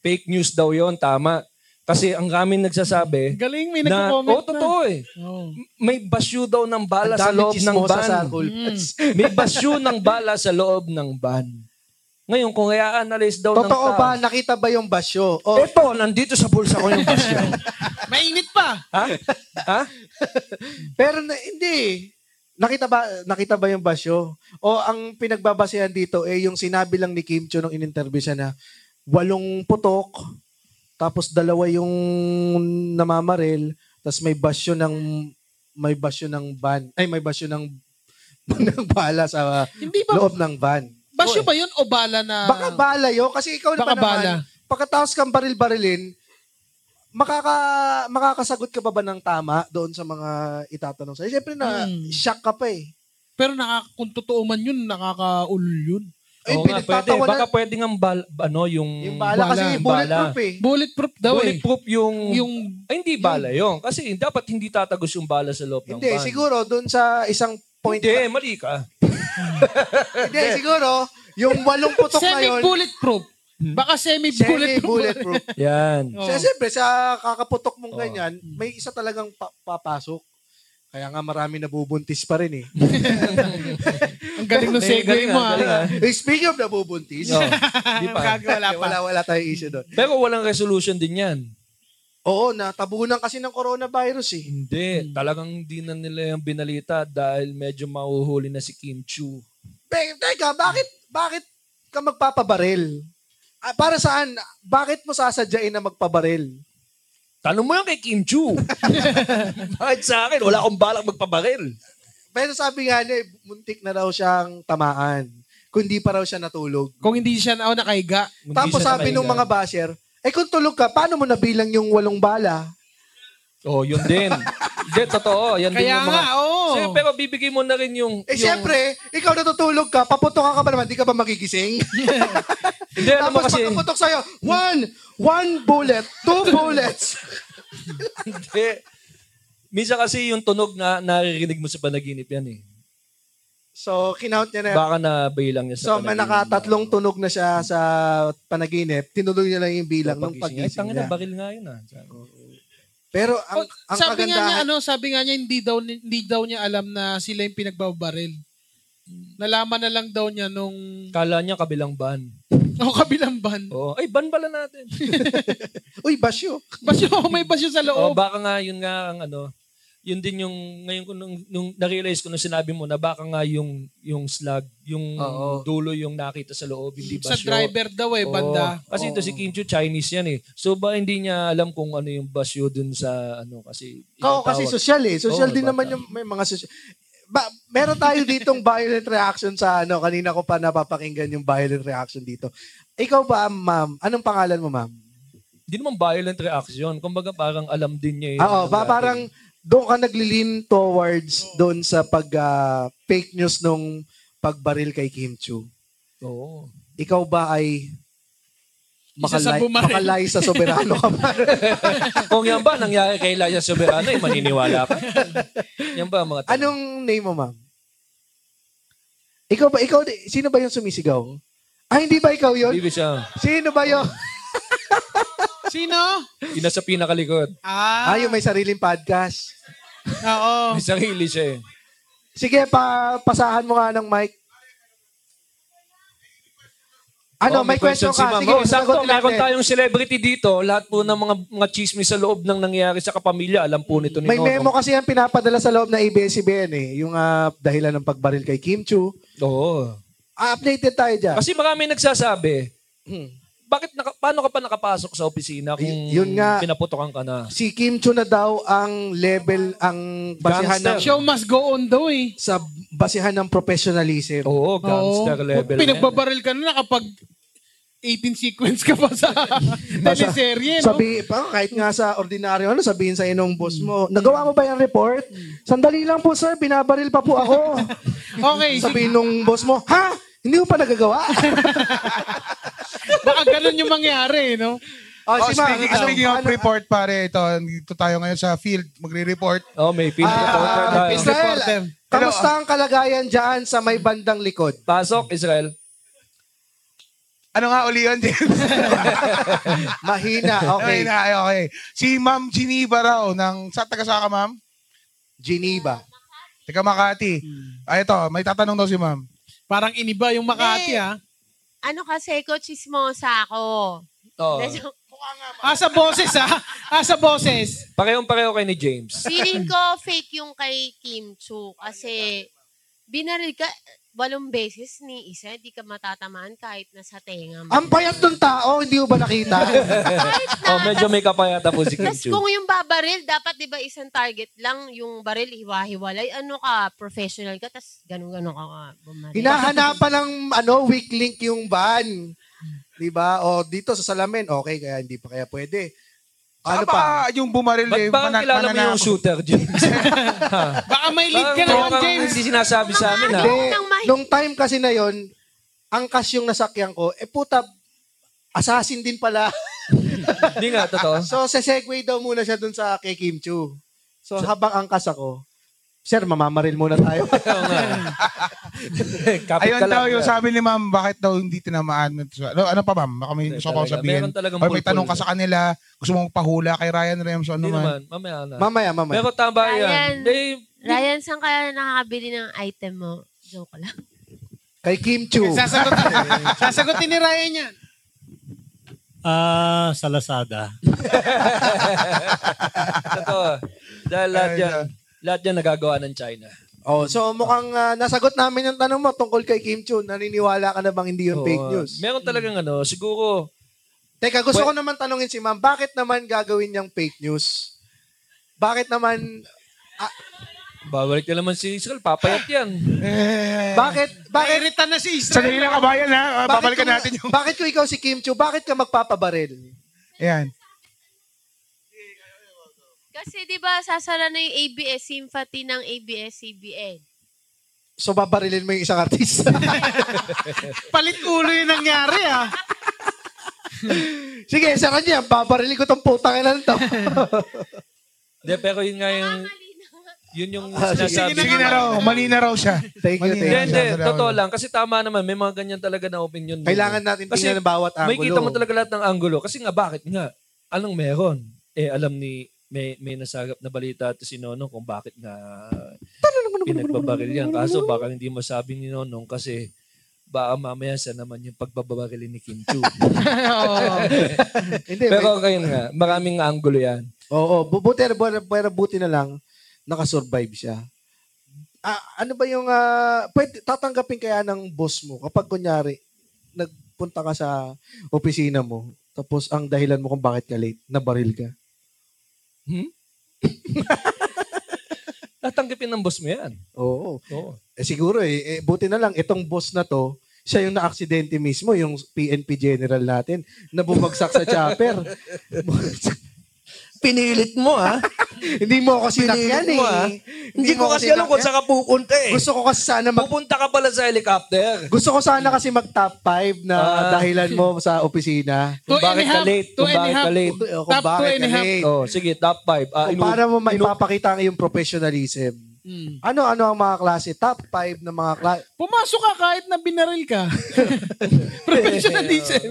[SPEAKER 1] Fake news daw yun, tama. Kasi ang kaming nagsasabi
[SPEAKER 4] Galing, may
[SPEAKER 1] na,
[SPEAKER 4] nagko-comment
[SPEAKER 1] oh, totoo eh.
[SPEAKER 4] na. Oo.
[SPEAKER 1] May basyo daw ng bala
[SPEAKER 3] Ang
[SPEAKER 1] sa
[SPEAKER 3] dami
[SPEAKER 1] loob ng
[SPEAKER 3] chismosa
[SPEAKER 1] ban.
[SPEAKER 3] Sa
[SPEAKER 4] Mm.
[SPEAKER 3] Hulpas.
[SPEAKER 1] [LAUGHS] May basyo ng bala sa loob ng van. Ngayon, kung kaya analyze daw ng
[SPEAKER 3] Totoo
[SPEAKER 1] tao.
[SPEAKER 3] ba? Nakita ba yung basyo? O,
[SPEAKER 1] Eto, nandito sa bulsa ko yung basyo.
[SPEAKER 3] [LAUGHS]
[SPEAKER 4] Mainit pa.
[SPEAKER 1] ha? Ha?
[SPEAKER 3] pero na, hindi. Nakita ba nakita ba yung basyo? O ang pinagbabasehan dito eh yung sinabi lang ni Kim Chu nung in-interview siya na walong putok tapos dalawa yung namamaril Tapos may basyo ng may basyo ng van. Ay, may basyo ng [LAUGHS] ng bala sa
[SPEAKER 4] Hindi ba?
[SPEAKER 3] loob ng van.
[SPEAKER 4] Basyo ba yun o bala na?
[SPEAKER 3] Baka
[SPEAKER 1] Ah.
[SPEAKER 3] bala yun. Kasi ikaw naman
[SPEAKER 4] Baka
[SPEAKER 3] naman,
[SPEAKER 4] bala.
[SPEAKER 3] pagkatapos kang baril-barilin, makaka, makakasagot ka ba ba ng tama doon sa mga itatanong sa'yo? Siyempre na,
[SPEAKER 4] Hmm.
[SPEAKER 3] shock ka pa eh.
[SPEAKER 4] Pero nakaka, kung totoo man yun, nakakaul yun.
[SPEAKER 3] Ay,
[SPEAKER 1] Oo nga, pwede.
[SPEAKER 3] pinagtatawanan
[SPEAKER 1] Baka pwede nga bal, ano, yung...
[SPEAKER 3] yung bala,
[SPEAKER 4] bala,
[SPEAKER 3] kasi
[SPEAKER 1] yung
[SPEAKER 3] bulletproof eh.
[SPEAKER 4] Bulletproof daw eh.
[SPEAKER 1] Bulletproof yung...
[SPEAKER 4] Yung,
[SPEAKER 1] Ay, hindi bala yun. Kasi dapat hindi tatagos yung bala sa loob ng
[SPEAKER 3] Hindi,
[SPEAKER 1] van.
[SPEAKER 3] siguro doon sa isang point.
[SPEAKER 1] Hindi, mali ka.
[SPEAKER 3] Hindi, siguro, yung walong putok na yun, Hmm?
[SPEAKER 4] semi-bulletproof. Baka semi-bulletproof.
[SPEAKER 3] semi-bulletproof.
[SPEAKER 1] [LAUGHS]
[SPEAKER 3] [LAUGHS]
[SPEAKER 1] Yan.
[SPEAKER 4] Oo.
[SPEAKER 3] Kasi siyempre, sa kakaputok mong
[SPEAKER 1] Oo. Hmm.
[SPEAKER 3] ganyan, may isa talagang pa- papasok. Kaya nga marami nabubuntis pa
[SPEAKER 1] [LAUGHS]
[SPEAKER 3] rin eh.
[SPEAKER 4] Ang galing ng segue mo
[SPEAKER 1] galing, ah.
[SPEAKER 4] ah.
[SPEAKER 3] Eh, Speaking of nabubuntis,
[SPEAKER 1] Oo, Hindi pa.
[SPEAKER 4] Magagawa pa.
[SPEAKER 3] wala, wala tayong issue doon.
[SPEAKER 1] Pero walang resolution din yan.
[SPEAKER 3] Oo, natabunan kasi ng coronavirus eh.
[SPEAKER 1] Hindi. Talagang di na nila yung binalita dahil medyo mahuhuli na si Kim Chu.
[SPEAKER 3] Be, teka, bakit, bakit ka magpapabaril? Ah, para saan? Bakit mo sasadyain na magpabaril?
[SPEAKER 1] Tanong mo yan kay Kim
[SPEAKER 3] [LAUGHS]
[SPEAKER 1] Chu. Bakit sa akin? Wala akong balak magpabaril.
[SPEAKER 3] Pero sabi nga niya, eh, muntik na raw siyang tamaan. Kundi pa raw siya natulog.
[SPEAKER 4] Kung hindi siya na, oh, nakaiga.
[SPEAKER 1] Hindi
[SPEAKER 3] Tapos
[SPEAKER 1] siya
[SPEAKER 3] sabi ng
[SPEAKER 1] nakahiga.
[SPEAKER 3] mga basher, eh kung tulog ka, paano mo nabilang yung walong bala?
[SPEAKER 1] Oh, yun din. Hindi, totoo. Yan din
[SPEAKER 4] Kaya
[SPEAKER 1] yung mga...
[SPEAKER 4] nga, oo.
[SPEAKER 1] Sige, pero bibigay mo na rin yung...
[SPEAKER 3] Eh
[SPEAKER 1] yung-
[SPEAKER 3] syempre, ikaw natutulog ka, paputokan ka pa naman, di ka ba magigising?
[SPEAKER 1] Hindi, alam mo
[SPEAKER 3] Tapos
[SPEAKER 1] kasi... [LAUGHS]
[SPEAKER 3] pagkaputok sa'yo, one, one bullet, two bullets.
[SPEAKER 1] Hindi. Eh, Minsan kasi yung tunog na naririnig mo sa panaginip yan eh.
[SPEAKER 3] so, kinount niya na yun.
[SPEAKER 1] Baka na bilang niya sa
[SPEAKER 3] So, may nakatatlong tunog na siya sa panaginip. Tinuloy niya lang yung bilang ng
[SPEAKER 1] Ay,
[SPEAKER 3] pagising
[SPEAKER 1] tangin na,
[SPEAKER 3] niya.
[SPEAKER 1] baril nga yun ah.
[SPEAKER 3] Pero ang,
[SPEAKER 4] Oh,
[SPEAKER 3] ang
[SPEAKER 4] sabi nga niya
[SPEAKER 3] kagandahan,
[SPEAKER 4] ano, sabi nga niya hindi daw ni- hindi daw niya alam na sila yung pinagbabaril. Nalaman na lang daw niya nung [LAUGHS]
[SPEAKER 3] Mm.
[SPEAKER 1] Kala niya kabilang ban.
[SPEAKER 4] oh, kabilang ban.
[SPEAKER 1] Oo. Ay, ban pala
[SPEAKER 3] [LAUGHS]
[SPEAKER 1] natin.
[SPEAKER 3] uy, basyo.
[SPEAKER 4] Basyo, may basyo
[SPEAKER 1] Oo,
[SPEAKER 4] sa
[SPEAKER 3] Oh,
[SPEAKER 1] Oh,
[SPEAKER 4] loob.
[SPEAKER 1] baka nga yun nga ang ano, yun din yung ngayon ko nung, nung na-realize ko nung sinabi mo na baka nga yung yung slug, yung
[SPEAKER 3] Oo.
[SPEAKER 1] dulo yung nakita sa loob, hindi ba
[SPEAKER 4] sa driver daw eh, banda.
[SPEAKER 1] Kasi ito si Kim Chu, Chinese yan eh. So ba hindi niya alam kung ano yung basyo dun sa ano kasi yung
[SPEAKER 3] Oo, kasi
[SPEAKER 1] tawag.
[SPEAKER 3] social eh. Social
[SPEAKER 1] Oo,
[SPEAKER 3] din
[SPEAKER 1] bata.
[SPEAKER 3] naman yung may mga social. Ba, meron tayo ditong violent reaction sa ano. Kanina ko pa napapakinggan yung violent reaction dito. Ikaw ba, ma'am? Anong pangalan mo, ma'am?
[SPEAKER 1] Hindi naman violent reaction. Kumbaga parang alam din niya eh.
[SPEAKER 3] Ah, Oo,
[SPEAKER 1] Ano
[SPEAKER 3] oh, ba,
[SPEAKER 1] gagawin.
[SPEAKER 3] parang doon ka naglilin towards doon sa pag ah, fake news nung pagbaril kay Kim Chu.
[SPEAKER 1] Oo.
[SPEAKER 3] Ikaw ba ay
[SPEAKER 4] Isa sa
[SPEAKER 3] makalay,
[SPEAKER 4] bumaril.
[SPEAKER 3] makalay sa soberano ka ba?
[SPEAKER 1] Kung yan ba nangyari kay Laya Soberano, eh, maniniwala
[SPEAKER 3] [LAUGHS]
[SPEAKER 1] ka. yan ba ang mga tao?
[SPEAKER 3] Anong name mo, ma'am? Ikaw ba? Ikaw, di- sino ba yung sumisigaw? Ah, hindi ba ikaw yon?
[SPEAKER 1] Hindi siya.
[SPEAKER 3] Sino ba yun? Oh.
[SPEAKER 4] Sino?
[SPEAKER 1] Ina sa pinakalikod.
[SPEAKER 3] Ah,
[SPEAKER 4] Ah,
[SPEAKER 3] yung may sariling podcast.
[SPEAKER 4] oo.
[SPEAKER 1] May sarili siya eh.
[SPEAKER 3] Sige, pa pasahan mo nga ng mic. Ano,
[SPEAKER 1] Oh,
[SPEAKER 3] may, question,
[SPEAKER 1] si
[SPEAKER 3] ka.
[SPEAKER 1] ma'am.
[SPEAKER 3] Sige,
[SPEAKER 1] Oh, sakto,
[SPEAKER 3] sasagutin
[SPEAKER 1] meron
[SPEAKER 3] natin.
[SPEAKER 1] tayong celebrity dito. Lahat po ng mga mga chismis sa loob ng nangyayari sa kapamilya, alam po nito ni
[SPEAKER 3] May memo
[SPEAKER 1] Nonong.
[SPEAKER 3] kasi ang pinapadala sa loob ng ABS-CBN eh. Yung ah, dahilan ng pagbaril kay Kim Chu.
[SPEAKER 1] Oo.
[SPEAKER 3] Ah, updated tayo dyan.
[SPEAKER 1] Kasi marami nagsasabi,
[SPEAKER 3] Hmm.
[SPEAKER 1] bakit naka, paano ka pa nakapasok sa opisina kung
[SPEAKER 3] Y- yun nga.
[SPEAKER 1] pinaputokan ka na?
[SPEAKER 3] Si Kim Chu na daw ang level, ang basihan ng,
[SPEAKER 1] Gangster.
[SPEAKER 4] Show must go on daw eh.
[SPEAKER 3] sa basihan ng professionalism.
[SPEAKER 1] Oo, gangster
[SPEAKER 4] Oo.
[SPEAKER 1] level. na yan.
[SPEAKER 4] Pinagbabaril ka na nakapag 18 sequence ka pa sa teleserye, no?
[SPEAKER 3] Sabi, pa, kahit nga sa ordinaryo, ano, sabihin sa inong boss mo, nagawa mo ba yung report? Sandali lang po sir, binabaril pa po ako.
[SPEAKER 4] Okay, sige.
[SPEAKER 3] sabihin nung boss mo, ha? Hindi mo pa nagagawa?
[SPEAKER 4] baka ganun yung mangyari, no?
[SPEAKER 3] oh,
[SPEAKER 7] Oh,
[SPEAKER 3] si ma'am,
[SPEAKER 7] speaking,
[SPEAKER 3] ano-
[SPEAKER 7] speaking of
[SPEAKER 3] ano-
[SPEAKER 7] report, pare, ito, dito tayo ngayon sa field, magre-report.
[SPEAKER 1] Oo, Oh, may field reporter
[SPEAKER 3] Ah,
[SPEAKER 1] tayo.
[SPEAKER 3] Israel,
[SPEAKER 4] Reporter.
[SPEAKER 3] kamusta ang kalagayan dyan sa may bandang likod?
[SPEAKER 1] Pasok, Israel.
[SPEAKER 7] Ano nga uli yun, James?
[SPEAKER 1] [LAUGHS]
[SPEAKER 3] Mahina,
[SPEAKER 7] okay.
[SPEAKER 3] okay.
[SPEAKER 7] na, ay, okay. Si Ma'am Geneva raw, ng, sa taga saka, Ma'am?
[SPEAKER 3] Geneva.
[SPEAKER 7] Taga Makati.
[SPEAKER 1] Hmm.
[SPEAKER 7] Ay, ito, may tatanong daw si Ma'am.
[SPEAKER 4] Parang iniba yung Makati,
[SPEAKER 8] Hindi.
[SPEAKER 4] ah.
[SPEAKER 8] Ano kasi, kutsismosa ako.
[SPEAKER 1] Oo.
[SPEAKER 4] Ah, sa boses, ah. Ah, sa boses.
[SPEAKER 1] Parehong-pareho kayo ni
[SPEAKER 4] [LAUGHS]
[SPEAKER 1] James.
[SPEAKER 8] Feeling ko fake yung kay Kim Chu kasi binaril ka, walong beses ni isa, di ka matatamaan kahit nasa tenga mo.
[SPEAKER 3] Ang payat ng tao, hindi mo ba nakita?
[SPEAKER 8] kahit na,
[SPEAKER 1] Oh, medyo may kapayata po si Kim
[SPEAKER 8] tas
[SPEAKER 1] Chu.
[SPEAKER 8] kung yung babaril, dapat di ba isang target lang yung baril, hiwa-hiwalay. Ano ka, professional ka, tas ganun-ganun ka ka bumaril.
[SPEAKER 3] Hinahanapan ng ano, weak link yung van. 'Di ba? O dito sa salamin, okay, kaya hindi pa kaya pwede. Ano
[SPEAKER 7] Ano
[SPEAKER 3] pa?
[SPEAKER 7] pa? Yung bumaril
[SPEAKER 1] Ba't
[SPEAKER 7] eh.
[SPEAKER 1] parang
[SPEAKER 7] manan-
[SPEAKER 1] kilala mo
[SPEAKER 7] mananakot.
[SPEAKER 1] yung shooter, James?
[SPEAKER 4] Baka may lead ka
[SPEAKER 1] Parang-
[SPEAKER 4] naman,
[SPEAKER 1] parang
[SPEAKER 4] James.
[SPEAKER 1] Hindi sinasabi sa amin,
[SPEAKER 3] [LAUGHS]
[SPEAKER 1] ha?
[SPEAKER 3] Hindi.
[SPEAKER 8] Nang may-
[SPEAKER 3] Nung time kasi na yon, angkas yung nasakyan ko, eh puta, assassin din pala.
[SPEAKER 1] Hindi nga, totoo.
[SPEAKER 3] So, sesegue daw muna siya dun sa kay Kim Chu. So, habang angkas ako, Sir, mamamaril
[SPEAKER 1] [LAUGHS]
[SPEAKER 3] muna tayo.
[SPEAKER 1] Oo nga. Kapit
[SPEAKER 7] Ayun
[SPEAKER 1] ka lang. ah.
[SPEAKER 7] daw yung sabi ni ma'am, bakit daw hindi tinamaan? Ano, ano pa ma'am? Baka may
[SPEAKER 1] Hindi,
[SPEAKER 7] gusto ko
[SPEAKER 1] talaga.
[SPEAKER 7] sabihin.
[SPEAKER 1] Meron talagang
[SPEAKER 7] Or may
[SPEAKER 1] pulpul
[SPEAKER 7] tanong ka
[SPEAKER 1] doon.
[SPEAKER 7] sa kanila, gusto mong pahula kay Ryan Rems o ano
[SPEAKER 1] Hindi
[SPEAKER 7] man.
[SPEAKER 1] naman, mamaya na.
[SPEAKER 3] mamaya, mamaya.
[SPEAKER 1] Pero tama
[SPEAKER 8] Ryan.
[SPEAKER 1] yan. Hindi,
[SPEAKER 8] Ryan, saan ka nakakabili ng item mo? Joke lang. [LAUGHS]
[SPEAKER 3] Kay Kim Chu.
[SPEAKER 4] Sasagot, sasagutin ni Ryan yan.
[SPEAKER 2] Ah, sa Lazada.
[SPEAKER 1] totoo. Dahil lahat
[SPEAKER 7] Ayun
[SPEAKER 1] yan, lahat yan nagagawa ng China.
[SPEAKER 3] Oh, so, mukhang ah, nasagot namin yung tanong mo tungkol kay Kim Chu. Naniniwala ka na bang hindi yung
[SPEAKER 1] Oo,
[SPEAKER 3] fake news?
[SPEAKER 1] Meron talagang ano, siguro,
[SPEAKER 3] Teka, gusto
[SPEAKER 1] Well-
[SPEAKER 3] ko naman tanungin si ma'am, bakit naman gagawin niyang fake news? Bakit naman,
[SPEAKER 1] babalik na naman si Israel, papayat yan.
[SPEAKER 7] Eh,
[SPEAKER 3] bakit, bakit,
[SPEAKER 4] Nairita na si Israel.
[SPEAKER 7] Sandali lang kabayan ha. Ah,
[SPEAKER 3] bakit
[SPEAKER 7] Babalikan
[SPEAKER 3] kung-
[SPEAKER 7] natin yung...
[SPEAKER 3] Bakit kung ikaw si Kim Chu, bakit ka magpapabaril?
[SPEAKER 7] Ayan.
[SPEAKER 8] Kasi di ba sasara na yung ABS, sympathy ng ABS-CBN.
[SPEAKER 3] So, babarilin mo yung isang artista.
[SPEAKER 1] [LAUGHS]
[SPEAKER 4] Palit ulo yung nangyari ah.
[SPEAKER 3] Sige, sa kanya, babarilin ko tong putang ina to.
[SPEAKER 1] Hindi, pero yun nga yung, yun yung
[SPEAKER 3] Ah, sige,
[SPEAKER 1] sinasabi.
[SPEAKER 7] Sige na raw. Mali na raw siya.
[SPEAKER 3] [LAUGHS] Thank you,
[SPEAKER 1] Hindi,
[SPEAKER 3] thank
[SPEAKER 1] hindi.
[SPEAKER 3] you.
[SPEAKER 7] Sarado.
[SPEAKER 1] Totoo lang. Kasi tama naman. May mga ganyan talaga na opinion. din.
[SPEAKER 3] Kailangan natin
[SPEAKER 1] Kasi
[SPEAKER 3] tingnan ang bawat angulo.
[SPEAKER 1] May kita mo talaga lahat ng angulo. Kasi nga, bakit nga? Anong meron? Eh, alam ni, may, may nasagap na balita at si Nonong kung bakit nga pinagbabaril yan. Kaso baka hindi masabi ni Nonong kasi baka mamaya siya naman yung pagbababaril ni Kim
[SPEAKER 3] [LAUGHS]
[SPEAKER 1] Chu.
[SPEAKER 3] Hindi, may-
[SPEAKER 1] Pero kayo nga, maraming angulo yan.
[SPEAKER 3] Oo, bu- buti, pero, pero buti na lang, nakasurvive siya. Ah, ano ba yung, ah, pwede, tatanggapin kaya ng boss mo kapag kunyari, nagpunta ka sa opisina mo, tapos ang dahilan mo kung bakit ka late, nabaril ka.
[SPEAKER 1] Tatanggapin ng boss mo yan.
[SPEAKER 3] Oo.
[SPEAKER 1] Oo.
[SPEAKER 3] Eh, siguro eh, eh, buti na lang, itong boss na to, siya yung na-aksidente mismo, yung PNP general natin, na bumagsak
[SPEAKER 5] [LAUGHS]
[SPEAKER 3] sa chopper.
[SPEAKER 5] Pinilit mo
[SPEAKER 1] [LAUGHS]
[SPEAKER 5] ha.
[SPEAKER 3] Hindi mo ako sinakyan
[SPEAKER 5] Pinilit mo, ah.
[SPEAKER 3] eh.
[SPEAKER 5] Hindi ko kasi alam kung saan ka pupunta eh.
[SPEAKER 3] Gusto ko kasi sana mag
[SPEAKER 1] Pupunta ka pala sa helicopter.
[SPEAKER 3] Gusto ko sana kasi mag top 5 na
[SPEAKER 1] Ah.
[SPEAKER 3] dahilan mo sa opisina.
[SPEAKER 4] Two
[SPEAKER 1] Kung
[SPEAKER 4] and
[SPEAKER 1] bakit
[SPEAKER 4] a
[SPEAKER 1] ka
[SPEAKER 4] half,
[SPEAKER 1] late.
[SPEAKER 4] two
[SPEAKER 1] Kung
[SPEAKER 4] and a
[SPEAKER 1] bakit
[SPEAKER 4] half.
[SPEAKER 1] ka late.
[SPEAKER 3] O
[SPEAKER 4] Top two
[SPEAKER 3] bakit
[SPEAKER 4] and a
[SPEAKER 3] ka
[SPEAKER 4] half.
[SPEAKER 3] late?
[SPEAKER 1] Oh, sige, top 5. Ah,
[SPEAKER 3] Kung
[SPEAKER 1] inu-
[SPEAKER 3] para mo
[SPEAKER 1] inu-
[SPEAKER 3] maipapakita ang iyong professionalism. Hmm.
[SPEAKER 4] Mm.
[SPEAKER 3] Ano-ano ang mga klase? Top 5 ng mga klase.
[SPEAKER 4] Pumasok ka kahit na binaril ka. [LAUGHS] Professionalism.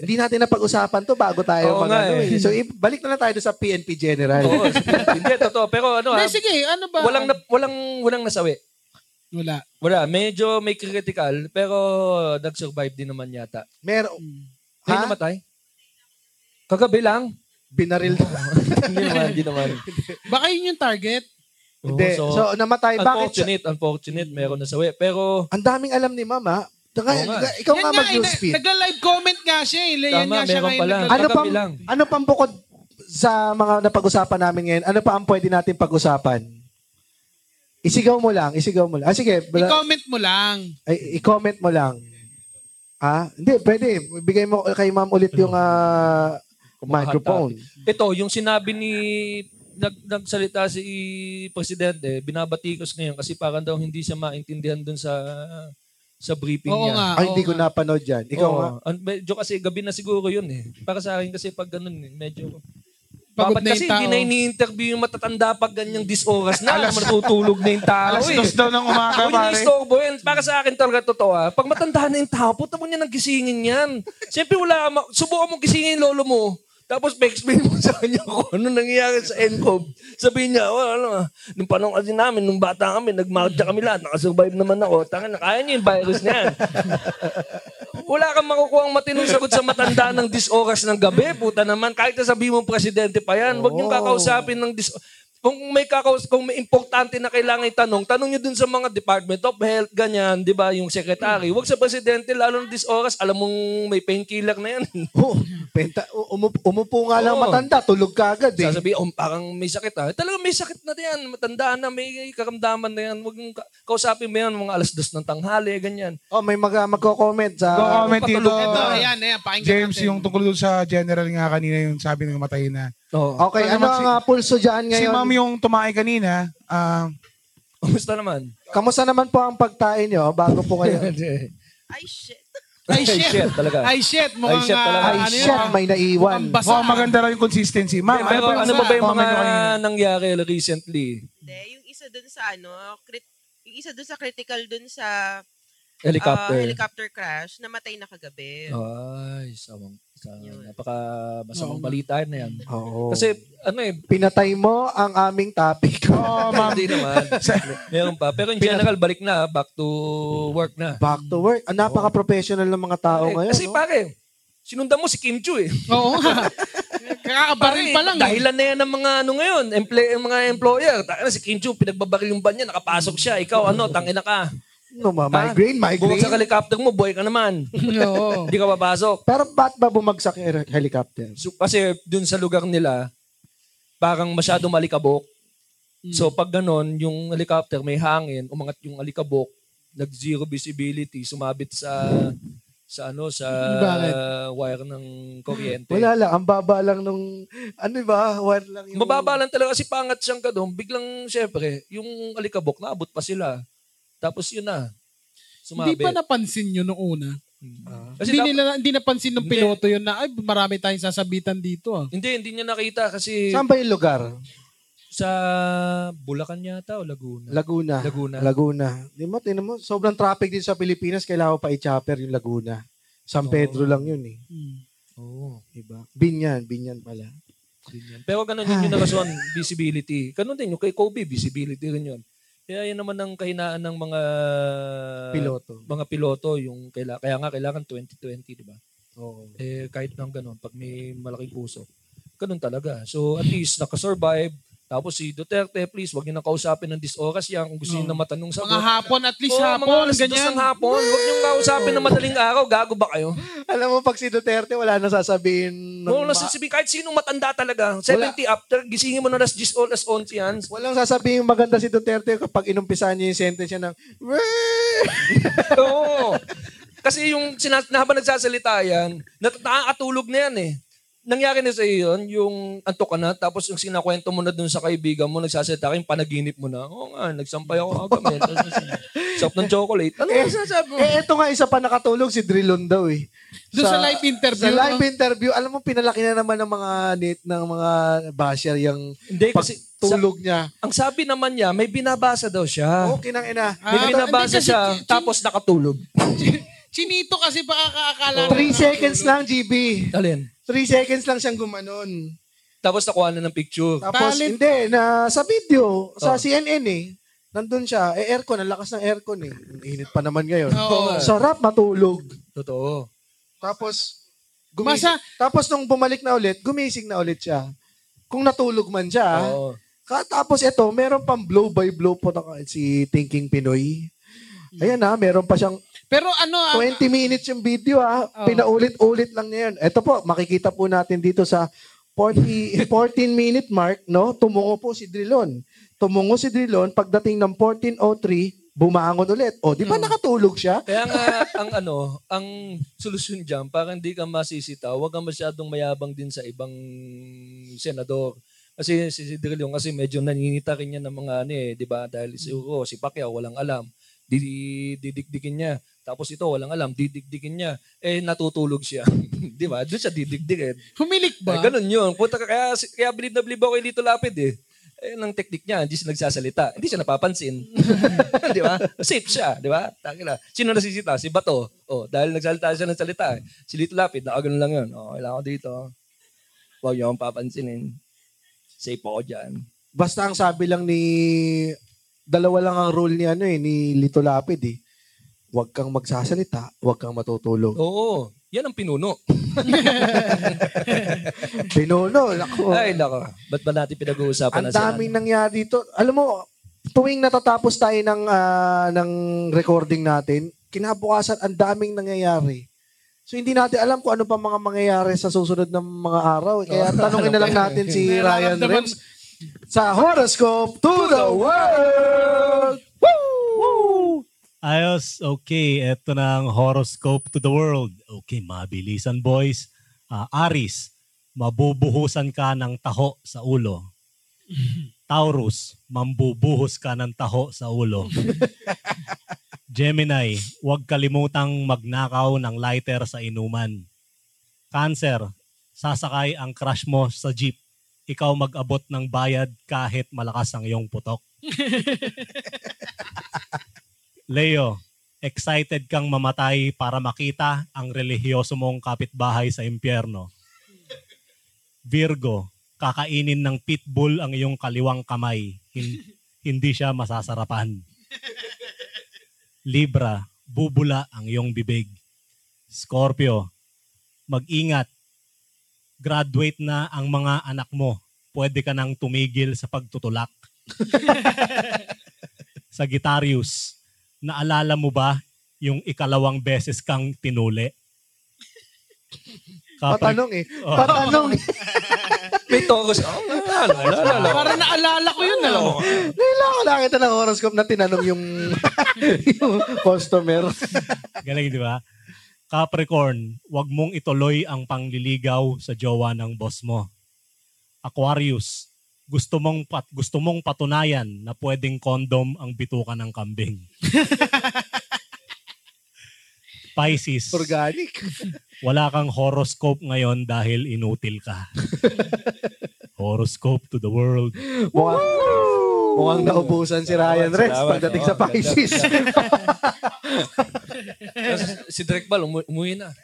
[SPEAKER 3] Hindi natin napag-usapan to bago tayo
[SPEAKER 1] Oo
[SPEAKER 3] mag
[SPEAKER 1] nga
[SPEAKER 3] ano,
[SPEAKER 1] eh.
[SPEAKER 3] eh. So, i- balik na lang tayo doon sa PNP General.
[SPEAKER 1] Oo, hindi, totoo. Pero ano,
[SPEAKER 4] Hindi,
[SPEAKER 1] ah,
[SPEAKER 4] sige, ano ba?
[SPEAKER 1] walang, na, walang, walang nasawi.
[SPEAKER 4] Wala.
[SPEAKER 1] Wala, medyo may critical, pero nag-survive din naman yata.
[SPEAKER 3] Meron.
[SPEAKER 1] Hindi
[SPEAKER 3] Ha?
[SPEAKER 1] namatay? Kagabi lang?
[SPEAKER 3] Binaril.
[SPEAKER 1] hindi naman, hindi naman.
[SPEAKER 4] Baka yun yung target.
[SPEAKER 1] Oo,
[SPEAKER 3] Hindi. So,
[SPEAKER 1] so,
[SPEAKER 3] namatay. Bakit? siya-
[SPEAKER 1] unfortunate, unfortunate, meron nasawi. Pero,
[SPEAKER 3] Ang daming alam ni Mama. Taka,
[SPEAKER 1] Oo nga.
[SPEAKER 3] ikaw nga
[SPEAKER 4] Yan nga, eh,
[SPEAKER 3] mag-newsfeed.
[SPEAKER 4] nagla-live comment nga siya eh.
[SPEAKER 1] Tama,
[SPEAKER 4] Yan nga siya
[SPEAKER 1] meron
[SPEAKER 4] ngayon.
[SPEAKER 1] pala.
[SPEAKER 4] nagla-
[SPEAKER 3] ano
[SPEAKER 1] Kagabi
[SPEAKER 3] pang
[SPEAKER 1] lang.
[SPEAKER 3] ano pang bukod sa mga napag-usapan namin ngayon, ano pa ang pwede natin pag-usapan? Isigaw mo lang, isigaw mo lang. Ah, sige, bala-
[SPEAKER 4] I-comment mo lang.
[SPEAKER 3] ay, i-comment mo lang. Ha? Hindi, pwede. Bigay mo kay ma'am ulit yung ah, microphone.
[SPEAKER 1] ito, yung sinabi ni, nag, nagsalita si Presidente, binabatikos ngayon kasi parang daw hindi siya maintindihan dun sa sa briefing
[SPEAKER 4] Oo
[SPEAKER 1] niya.
[SPEAKER 4] nga.
[SPEAKER 3] Ay,
[SPEAKER 4] oo
[SPEAKER 3] hindi ko
[SPEAKER 4] nga.
[SPEAKER 3] napanood yan. Ikaw
[SPEAKER 1] Oo.
[SPEAKER 3] nga.
[SPEAKER 1] An- medyo kasi gabi na siguro yun eh. Para sa akin kasi pag ganun eh, medyo...
[SPEAKER 4] Pagod
[SPEAKER 1] Dapat
[SPEAKER 4] na
[SPEAKER 1] kasi
[SPEAKER 4] yung tao.
[SPEAKER 1] hindi na ini-interview yung matatanda pag ganyang disoras na. Alas, matutulog na yung tao
[SPEAKER 7] Alas
[SPEAKER 1] eh.
[SPEAKER 7] dos daw ng umaga,
[SPEAKER 1] Huwag niyo
[SPEAKER 7] pare.
[SPEAKER 1] istorbo yun. Para sa akin talaga totoo ah. Pag matanda na yung tao, puta mo niya ng gisingin yan. Siyempre wala, ka ma- subukan mong gisingin yung lolo mo. Tapos pa-explain mo sa kanya kung ano nangyayari sa NCOB. Sabihin niya, oh, ano, ah, nung panahon kasi namin, nung bata kami, nagmarcha kami lahat, nakasurvive naman ako. Tangan na, kaya niya yung virus na yan. Wala kang makukuha ang matinong sagot sa matanda ng disoras ng gabi. Puta naman, kahit na sabihin mo presidente pa yan, huwag niyong kakausapin ng dis kung may kakaus, kung may importante na kailangan itanong, tanong nyo dun sa mga Department of Health, ganyan, di ba, yung secretary. Huwag sa presidente, lalo na this oras, alam mong may painkiller na yan.
[SPEAKER 3] Oh, penta, u- umup- umupo nga
[SPEAKER 1] Oo.
[SPEAKER 3] lang matanda, tulog ka agad eh.
[SPEAKER 1] Sasabihin, oh, parang may sakit ha. Talagang may sakit na yan. Matandaan na, may karamdaman na yan. Huwag mong ka- kausapin mo yan, mga alas dos ng tanghali, ganyan.
[SPEAKER 3] Oh, may mag magko-comment sa
[SPEAKER 7] Go-comment dito.
[SPEAKER 1] Patulog.
[SPEAKER 3] Ah.
[SPEAKER 4] Ito, ayan, ayan, pakinggan
[SPEAKER 7] James,
[SPEAKER 4] natin.
[SPEAKER 7] yung tungkol doon sa general nga kanina, yung sabi ng matay na.
[SPEAKER 1] Oo.
[SPEAKER 3] Okay,
[SPEAKER 7] Ito
[SPEAKER 3] ano
[SPEAKER 7] naman
[SPEAKER 3] ang
[SPEAKER 7] si-
[SPEAKER 3] ah, pulso dyan
[SPEAKER 7] Si
[SPEAKER 3] ngayon?
[SPEAKER 7] ma'am yung tumae kanina, ah,
[SPEAKER 1] Kumusta naman?
[SPEAKER 3] Kamusta naman po ang pagtain nyo bago po kayo?
[SPEAKER 8] Ay, shit.
[SPEAKER 4] Ay, shit.
[SPEAKER 1] talaga.
[SPEAKER 4] Ay, shit. Mukhang,
[SPEAKER 1] Ay, shit talaga.
[SPEAKER 4] ah,
[SPEAKER 3] Ay,
[SPEAKER 4] ano yun,
[SPEAKER 3] shit,
[SPEAKER 4] ah,
[SPEAKER 3] may
[SPEAKER 4] mukhang
[SPEAKER 3] naiwan.
[SPEAKER 4] basa.
[SPEAKER 7] mukhang maganda raw yung consistency. Ma'am,
[SPEAKER 1] Pero
[SPEAKER 7] yung
[SPEAKER 1] ano ba ba yung
[SPEAKER 7] comment
[SPEAKER 1] mga
[SPEAKER 7] nyo kanina?
[SPEAKER 1] nangyari recently?
[SPEAKER 9] Hindi, yung isa dun sa ano, crit- yung isa dun sa critical dun sa ah,
[SPEAKER 1] Helicopter.
[SPEAKER 9] helicopter crash, namatay na kagabi.
[SPEAKER 1] Ay, sawang, sa,
[SPEAKER 9] Yun.
[SPEAKER 1] napaka masamang balita na yan.
[SPEAKER 3] Oo.
[SPEAKER 1] Kasi ano eh,
[SPEAKER 3] pinatay mo ang aming topic.
[SPEAKER 7] Oo,
[SPEAKER 3] [LAUGHS]
[SPEAKER 7] ma'am.
[SPEAKER 1] hindi naman.
[SPEAKER 7] Sa-
[SPEAKER 1] Meron pa. Pero in general, balik na. Back to work na.
[SPEAKER 3] Back to work. Ah, napaka-professional ng mga tao
[SPEAKER 1] Eh,
[SPEAKER 3] ngayon.
[SPEAKER 1] Kasi
[SPEAKER 3] no?
[SPEAKER 1] pare, sinundan mo si Kim Chu eh.
[SPEAKER 3] [LAUGHS]
[SPEAKER 4] Oo nga.
[SPEAKER 1] Pare,
[SPEAKER 4] Kakabaril pa lang. eh.
[SPEAKER 1] Dahilan na yan ng mga ano ngayon, emple, mga employer. Taka na si Kim Chu, pinagbabaril yung ban niya, nakapasok siya. Ikaw ano, tangina ka.
[SPEAKER 3] no, ma-
[SPEAKER 1] Ah,
[SPEAKER 3] migraine,
[SPEAKER 1] Bukod sa
[SPEAKER 3] migraine.
[SPEAKER 1] helicopter mo, buhay ka naman.
[SPEAKER 4] [LAUGHS] Oo.
[SPEAKER 1] Hindi ka papasok.
[SPEAKER 3] Pero ba't ba bumagsak yung hel- helicopter?
[SPEAKER 1] So, kasi dun sa lugar nila, parang masyado malikabok.
[SPEAKER 4] Hmm.
[SPEAKER 1] So pag ganon, yung helicopter may hangin, umangat yung alikabok, nag zero visibility, sumabit sa sa ano sa
[SPEAKER 4] Bakit?
[SPEAKER 1] wire ng kuryente.
[SPEAKER 3] Wala lang, ang baba lang nung, ano ba, wire lang yung...
[SPEAKER 1] Mababa lang talaga kasi pangat siyang ganun. Biglang syempre, yung alikabok naabot pa sila. Tapos yun na.
[SPEAKER 4] Hindi
[SPEAKER 1] Sumabit.
[SPEAKER 4] pa napansin yun noong una.
[SPEAKER 1] kasi
[SPEAKER 4] hindi,
[SPEAKER 1] dapat-
[SPEAKER 4] nila, hindi napansin ng
[SPEAKER 1] Hindi.
[SPEAKER 4] piloto yun na, ay, marami tayong sasabitan dito. Ah.
[SPEAKER 1] hindi, hindi niya nakita kasi
[SPEAKER 3] Saan ba yung lugar?
[SPEAKER 1] sa Bulacan yata o Laguna.
[SPEAKER 3] Laguna.
[SPEAKER 1] Laguna.
[SPEAKER 3] Laguna. Di mo, tinan mo, sobrang traffic din sa Pilipinas, kailangan mo pa i-chopper yung Laguna. San
[SPEAKER 1] Oo.
[SPEAKER 3] Pedro lang yun eh.
[SPEAKER 1] Hmm. Oo.
[SPEAKER 3] Diba? Binyan, Binyan pala.
[SPEAKER 1] Yun yun. Pero ganun din yung nakason, visibility. Ganun din yung kay Kobe, visibility rin yun. Kaya yun naman ang kahinaan ng mga
[SPEAKER 3] Piloto.
[SPEAKER 1] mga piloto yung kaila, kaya nga kailangan 2020, di ba?
[SPEAKER 3] Oo.
[SPEAKER 1] Eh kahit nang ganun pag may malaking puso. Ganun talaga. So at least nakasurvive. Tapos si Duterte, please, wag niyo nang kausapin ng this oras yan. Kung gusto niyo na matanong sa
[SPEAKER 4] Mga hapon, at least
[SPEAKER 1] mga
[SPEAKER 4] hapon,
[SPEAKER 1] alas dos
[SPEAKER 4] ganyan.
[SPEAKER 1] ng hapon. Huwag niyo kausapin ng madaling araw. Gago ba kayo?
[SPEAKER 3] Alam mo, pag si Duterte, wala na sasabihin. ng
[SPEAKER 1] Oo,
[SPEAKER 3] ma-
[SPEAKER 1] nasasabihin, kahit sinong matanda talaga. 70 after, gisingin mo na last 10 oras 11 yan.
[SPEAKER 3] Walang sasabihin maganda si Duterte kapag inumpisahan niya yung sentence niya ng "Wee!"
[SPEAKER 1] [LAUGHS]
[SPEAKER 4] [LAUGHS]
[SPEAKER 1] Oo. Kasi yung sinas- na habang nagsasalita yan, nat- nakakatulog na yan eh. Nangyari na sa iyo yun, yung antok ka na, tapos yung sinakwento mo na dun sa kaibigan mo, nagsasalita ka, yung panaginip mo na, oo nga, nagsampay ako kagabi. Tapos, [LAUGHS] Sarap ng chocolate. Ano yung sinasabi mo?
[SPEAKER 3] Eh, ito nga isa pa nakatulog si Drilon daw eh.
[SPEAKER 4] Doon sa live interview,
[SPEAKER 3] Sa live
[SPEAKER 4] no?
[SPEAKER 3] interview, alam mo, pinalaki na naman ng mga net, ng mga basher yung
[SPEAKER 1] Hindi, kasi sa-
[SPEAKER 3] pagtulog Oh, niya.
[SPEAKER 1] ang sabi naman niya, may binabasa daw siya.
[SPEAKER 3] Okay nang ina.
[SPEAKER 1] May
[SPEAKER 4] Ah,
[SPEAKER 1] binabasa
[SPEAKER 4] hindi, kasi
[SPEAKER 1] siya,
[SPEAKER 4] chin-
[SPEAKER 1] tapos nakatulog.
[SPEAKER 4] Chinito kasi baka kaakala. na-
[SPEAKER 3] Three seconds lang, GB.
[SPEAKER 1] Alin?
[SPEAKER 3] Three seconds lang siyang gumanon.
[SPEAKER 1] Tapos nakuha na ng picture.
[SPEAKER 3] Tapos,
[SPEAKER 4] Talent.
[SPEAKER 3] hindi, na sa video, sa
[SPEAKER 1] Oh.
[SPEAKER 3] CNN eh, nandun siya, eh aircon, ang lakas ng aircon eh. Ang Init pa naman ngayon.
[SPEAKER 4] Oo.
[SPEAKER 3] Sarap matulog.
[SPEAKER 1] Totoo.
[SPEAKER 3] Tapos, gumising.
[SPEAKER 4] Masa-
[SPEAKER 3] Tapos nung bumalik na ulit, gumising na ulit siya. Kung natulog man siya.
[SPEAKER 1] Oo.
[SPEAKER 3] Ka- Tapos ito, meron pang blow by blow po na si Thinking Pinoy. Ayan na, meron pa siyang
[SPEAKER 4] Pero ano, ah,
[SPEAKER 3] 20 minutes yung video ah.
[SPEAKER 4] Oo.
[SPEAKER 3] Pinaulit-ulit lang niya yun. Ito po, makikita po natin dito sa 40, 14 minute mark, no? Tumungo po si Drilon. Tumungo si Drilon, pagdating ng 14.03, bumangon ulit. O, di ba nakatulog siya?
[SPEAKER 1] Kaya nga, ang ano, ang solusyon dyan, para hindi ka masisita, huwag ka masyadong mayabang din sa ibang senador. Kasi si Sidrillo, kasi medyo naninita rin niya ng mga ano eh, di ba? Dahil si Uro, si Pacquiao, walang alam. Didi- Didikdikin niya. Tapos ito, walang alam, didikdikin niya. Eh, natutulog siya. [LAUGHS] di ba? Doon siya didikdik eh.
[SPEAKER 4] humilik
[SPEAKER 1] Eh,
[SPEAKER 4] ba?
[SPEAKER 1] ganun yun. Puta, ka- kaya, kaya believe na believe ako kay Lito Lapid eh. Eh, ng teknik niya, hindi siya nagsasalita. Hindi siya napapansin. [LAUGHS] di ba? Safe siya, di ba? Taki na. Sino nasisita? Si Bato. Oh, dahil nagsalita siya ng salita. eh. Si Lito Lapid, nakagano'n lang yun. Oh, kailangan ko dito. Huwag niyo akong papansinin. Safe ako dyan.
[SPEAKER 3] Basta ang sabi lang ni... Dalawa lang ang rule ni,
[SPEAKER 1] Oh.
[SPEAKER 3] ano, eh, ni Lito Lapid eh. Huwag kang magsasalita, huwag kang matutulog.
[SPEAKER 1] Oo. Yan ang pinuno.
[SPEAKER 3] Pinuno, lako.
[SPEAKER 1] Ay, nako. Ba't ba natin pinag-uusapan
[SPEAKER 3] Oh. Ang
[SPEAKER 1] na si
[SPEAKER 3] daming
[SPEAKER 1] ano?
[SPEAKER 3] nangyari dito. Alam mo, tuwing natatapos tayo ng, ah, ng recording natin, kinabukasan ang daming nangyayari. So hindi natin alam kung ano pa mga mangyayari sa susunod ng mga araw. Kaya tanungin na lang natin si Ryan
[SPEAKER 4] Nararamdaman-
[SPEAKER 3] Rems sa Horoscope to the World! Woo!
[SPEAKER 2] Ayos, okay. Ito na ang horoscope to the world. Okay, mabilisan boys. Ah, Aris, mabubuhusan ka ng taho sa ulo. Taurus, mambubuhos ka ng taho sa ulo. Gemini, huwag kalimutang magnakaw ng lighter sa inuman. Cancer, sasakay ang crush mo sa jeep. Ikaw mag-abot ng bayad kahit malakas ang iyong putok. Leo, excited kang mamatay para makita ang relihiyoso mong kapitbahay sa impyerno. Virgo, kakainin ng pitbull ang iyong kaliwang kamay. Hin- hindi siya masasarapan. Libra, bubula ang iyong bibig. Scorpio, mag-ingat. Graduate na ang mga anak mo. Pwede ka nang tumigil sa pagtutulak. Sagittarius, naalala mo ba yung ikalawang beses kang tinuli? Kapag,
[SPEAKER 3] Patanong eh.
[SPEAKER 2] Oh.
[SPEAKER 3] Patanong.
[SPEAKER 1] May Taurus. Oh, lalo, lalo,
[SPEAKER 4] Para naalala ko yun, ah.
[SPEAKER 3] Nila ko nakita ng horoscope na tinanong yung, [LAUGHS] yung customer.
[SPEAKER 2] galing, di ba? Capricorn, wag mong ituloy ang pangliligaw sa jowa ng boss mo. Aquarius, gusto mong pat, gusto mong patunayan na pwedeng kondom ang bituka ng kambing.
[SPEAKER 8] [LAUGHS]
[SPEAKER 2] Pisces,
[SPEAKER 3] Organic.
[SPEAKER 2] wala kang horoscope ngayon dahil inutil ka.
[SPEAKER 8] [LAUGHS]
[SPEAKER 2] horoscope to the world.
[SPEAKER 3] Mukhang, mukhang naubusan si Ryan Rex
[SPEAKER 1] Salamat.
[SPEAKER 3] pagdating sa
[SPEAKER 1] Oo, ganda,
[SPEAKER 3] Pisces.
[SPEAKER 1] si Drake Ball, umu- umuwi na.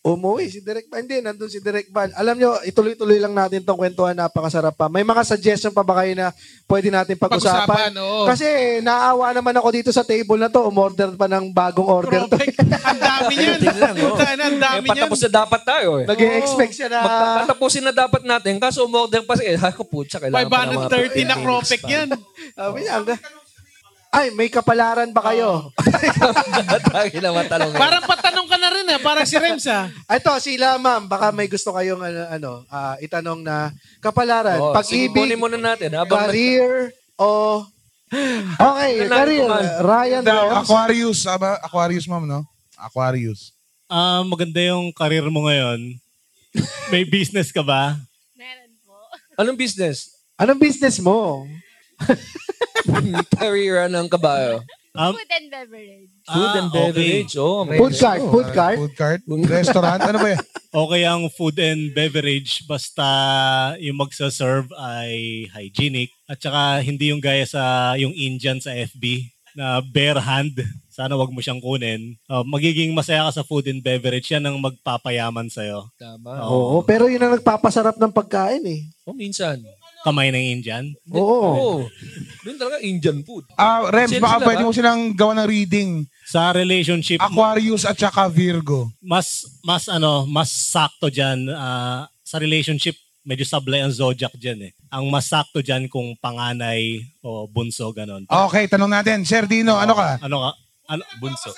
[SPEAKER 3] Umuwi si Direk Van. Hindi, nandun si Direk Van. Alam nyo, ituloy-tuloy lang natin tong kwentuhan. Napakasarap pa. May mga suggestion pa ba kayo na pwede natin pag-usapan?
[SPEAKER 4] Pag-usapan, oo.
[SPEAKER 3] Kasi naawa naman ako dito sa table na to. Umorder pa ng bagong order to.
[SPEAKER 4] Tropic. Ang dami niyan. Puta na, ang
[SPEAKER 1] Eh,
[SPEAKER 4] dami niyan.
[SPEAKER 1] patapos na dapat tayo eh.
[SPEAKER 3] Nag-expect siya na...
[SPEAKER 1] Magtatapusin na dapat natin. Kaso umorder pa siya. Eh, ako po, kailangan pa ng mga
[SPEAKER 4] 530 na
[SPEAKER 1] 15
[SPEAKER 4] Cropec
[SPEAKER 1] [LAUGHS] minutes pa.
[SPEAKER 4] yan.
[SPEAKER 3] Sabi niya, ang- ay, may kapalaran ba kayo?
[SPEAKER 1] Tayo na matalong.
[SPEAKER 4] Parang patanong ka na rin ah, parang si Rems ah.
[SPEAKER 3] Ito, sila ma'am, baka may gusto kayong ano, ano ah, itanong na kapalaran,
[SPEAKER 1] Oo, sige,
[SPEAKER 3] pag-ibig,
[SPEAKER 1] kunin muna natin. Habang
[SPEAKER 3] career, o... Okay,
[SPEAKER 1] Ano na,
[SPEAKER 3] career.
[SPEAKER 1] kuman?
[SPEAKER 3] Ryan ano? Rems.
[SPEAKER 7] Aquarius, aba, Aquarius ma'am, no? Aquarius.
[SPEAKER 2] Ah, maganda yung karir mo ngayon. May business ka ba?
[SPEAKER 8] Meron po.
[SPEAKER 1] Anong business? [CLEARS THROAT]
[SPEAKER 3] Anong business mo?
[SPEAKER 1] Carriera ng kabayo.
[SPEAKER 2] Um,
[SPEAKER 8] Food and beverage.
[SPEAKER 1] Food and
[SPEAKER 2] Ah, okay.
[SPEAKER 1] beverage. Oh, may-
[SPEAKER 3] Food cart, food cart.
[SPEAKER 7] ah, Food cart? Restaurant? Ano ba yan?
[SPEAKER 2] Okay ang food and beverage basta yung magsaserve ay hygienic at saka hindi yung gaya sa yung Indian sa FB na bare hand. Sana wag mo siyang kunin. Ah, magiging masaya ka sa food and beverage. Yan ang magpapayaman sa'yo.
[SPEAKER 1] Tama.
[SPEAKER 3] Oo, pero yun ang nagpapasarap ng pagkain eh.
[SPEAKER 1] Oh, minsan.
[SPEAKER 2] Kamay ng Indian.
[SPEAKER 3] Oo.
[SPEAKER 1] Oh. Doon talaga Indian food.
[SPEAKER 7] Ah, Rems,
[SPEAKER 1] Sino
[SPEAKER 7] baka
[SPEAKER 1] sila
[SPEAKER 7] pwede
[SPEAKER 1] ba?
[SPEAKER 7] mo silang gawa ng reading.
[SPEAKER 2] Sa relationship,
[SPEAKER 7] Aquarius at saka Virgo.
[SPEAKER 2] mas mas ano, mas sakto diyan ah, sa relationship medyo sablay ang zodiac diyan eh. Ang mas sakto diyan kung panganay o bunso ganon.
[SPEAKER 7] Okay, tanong natin. Sir Dino, ano ka?
[SPEAKER 2] Ano ka? Ano, bunso.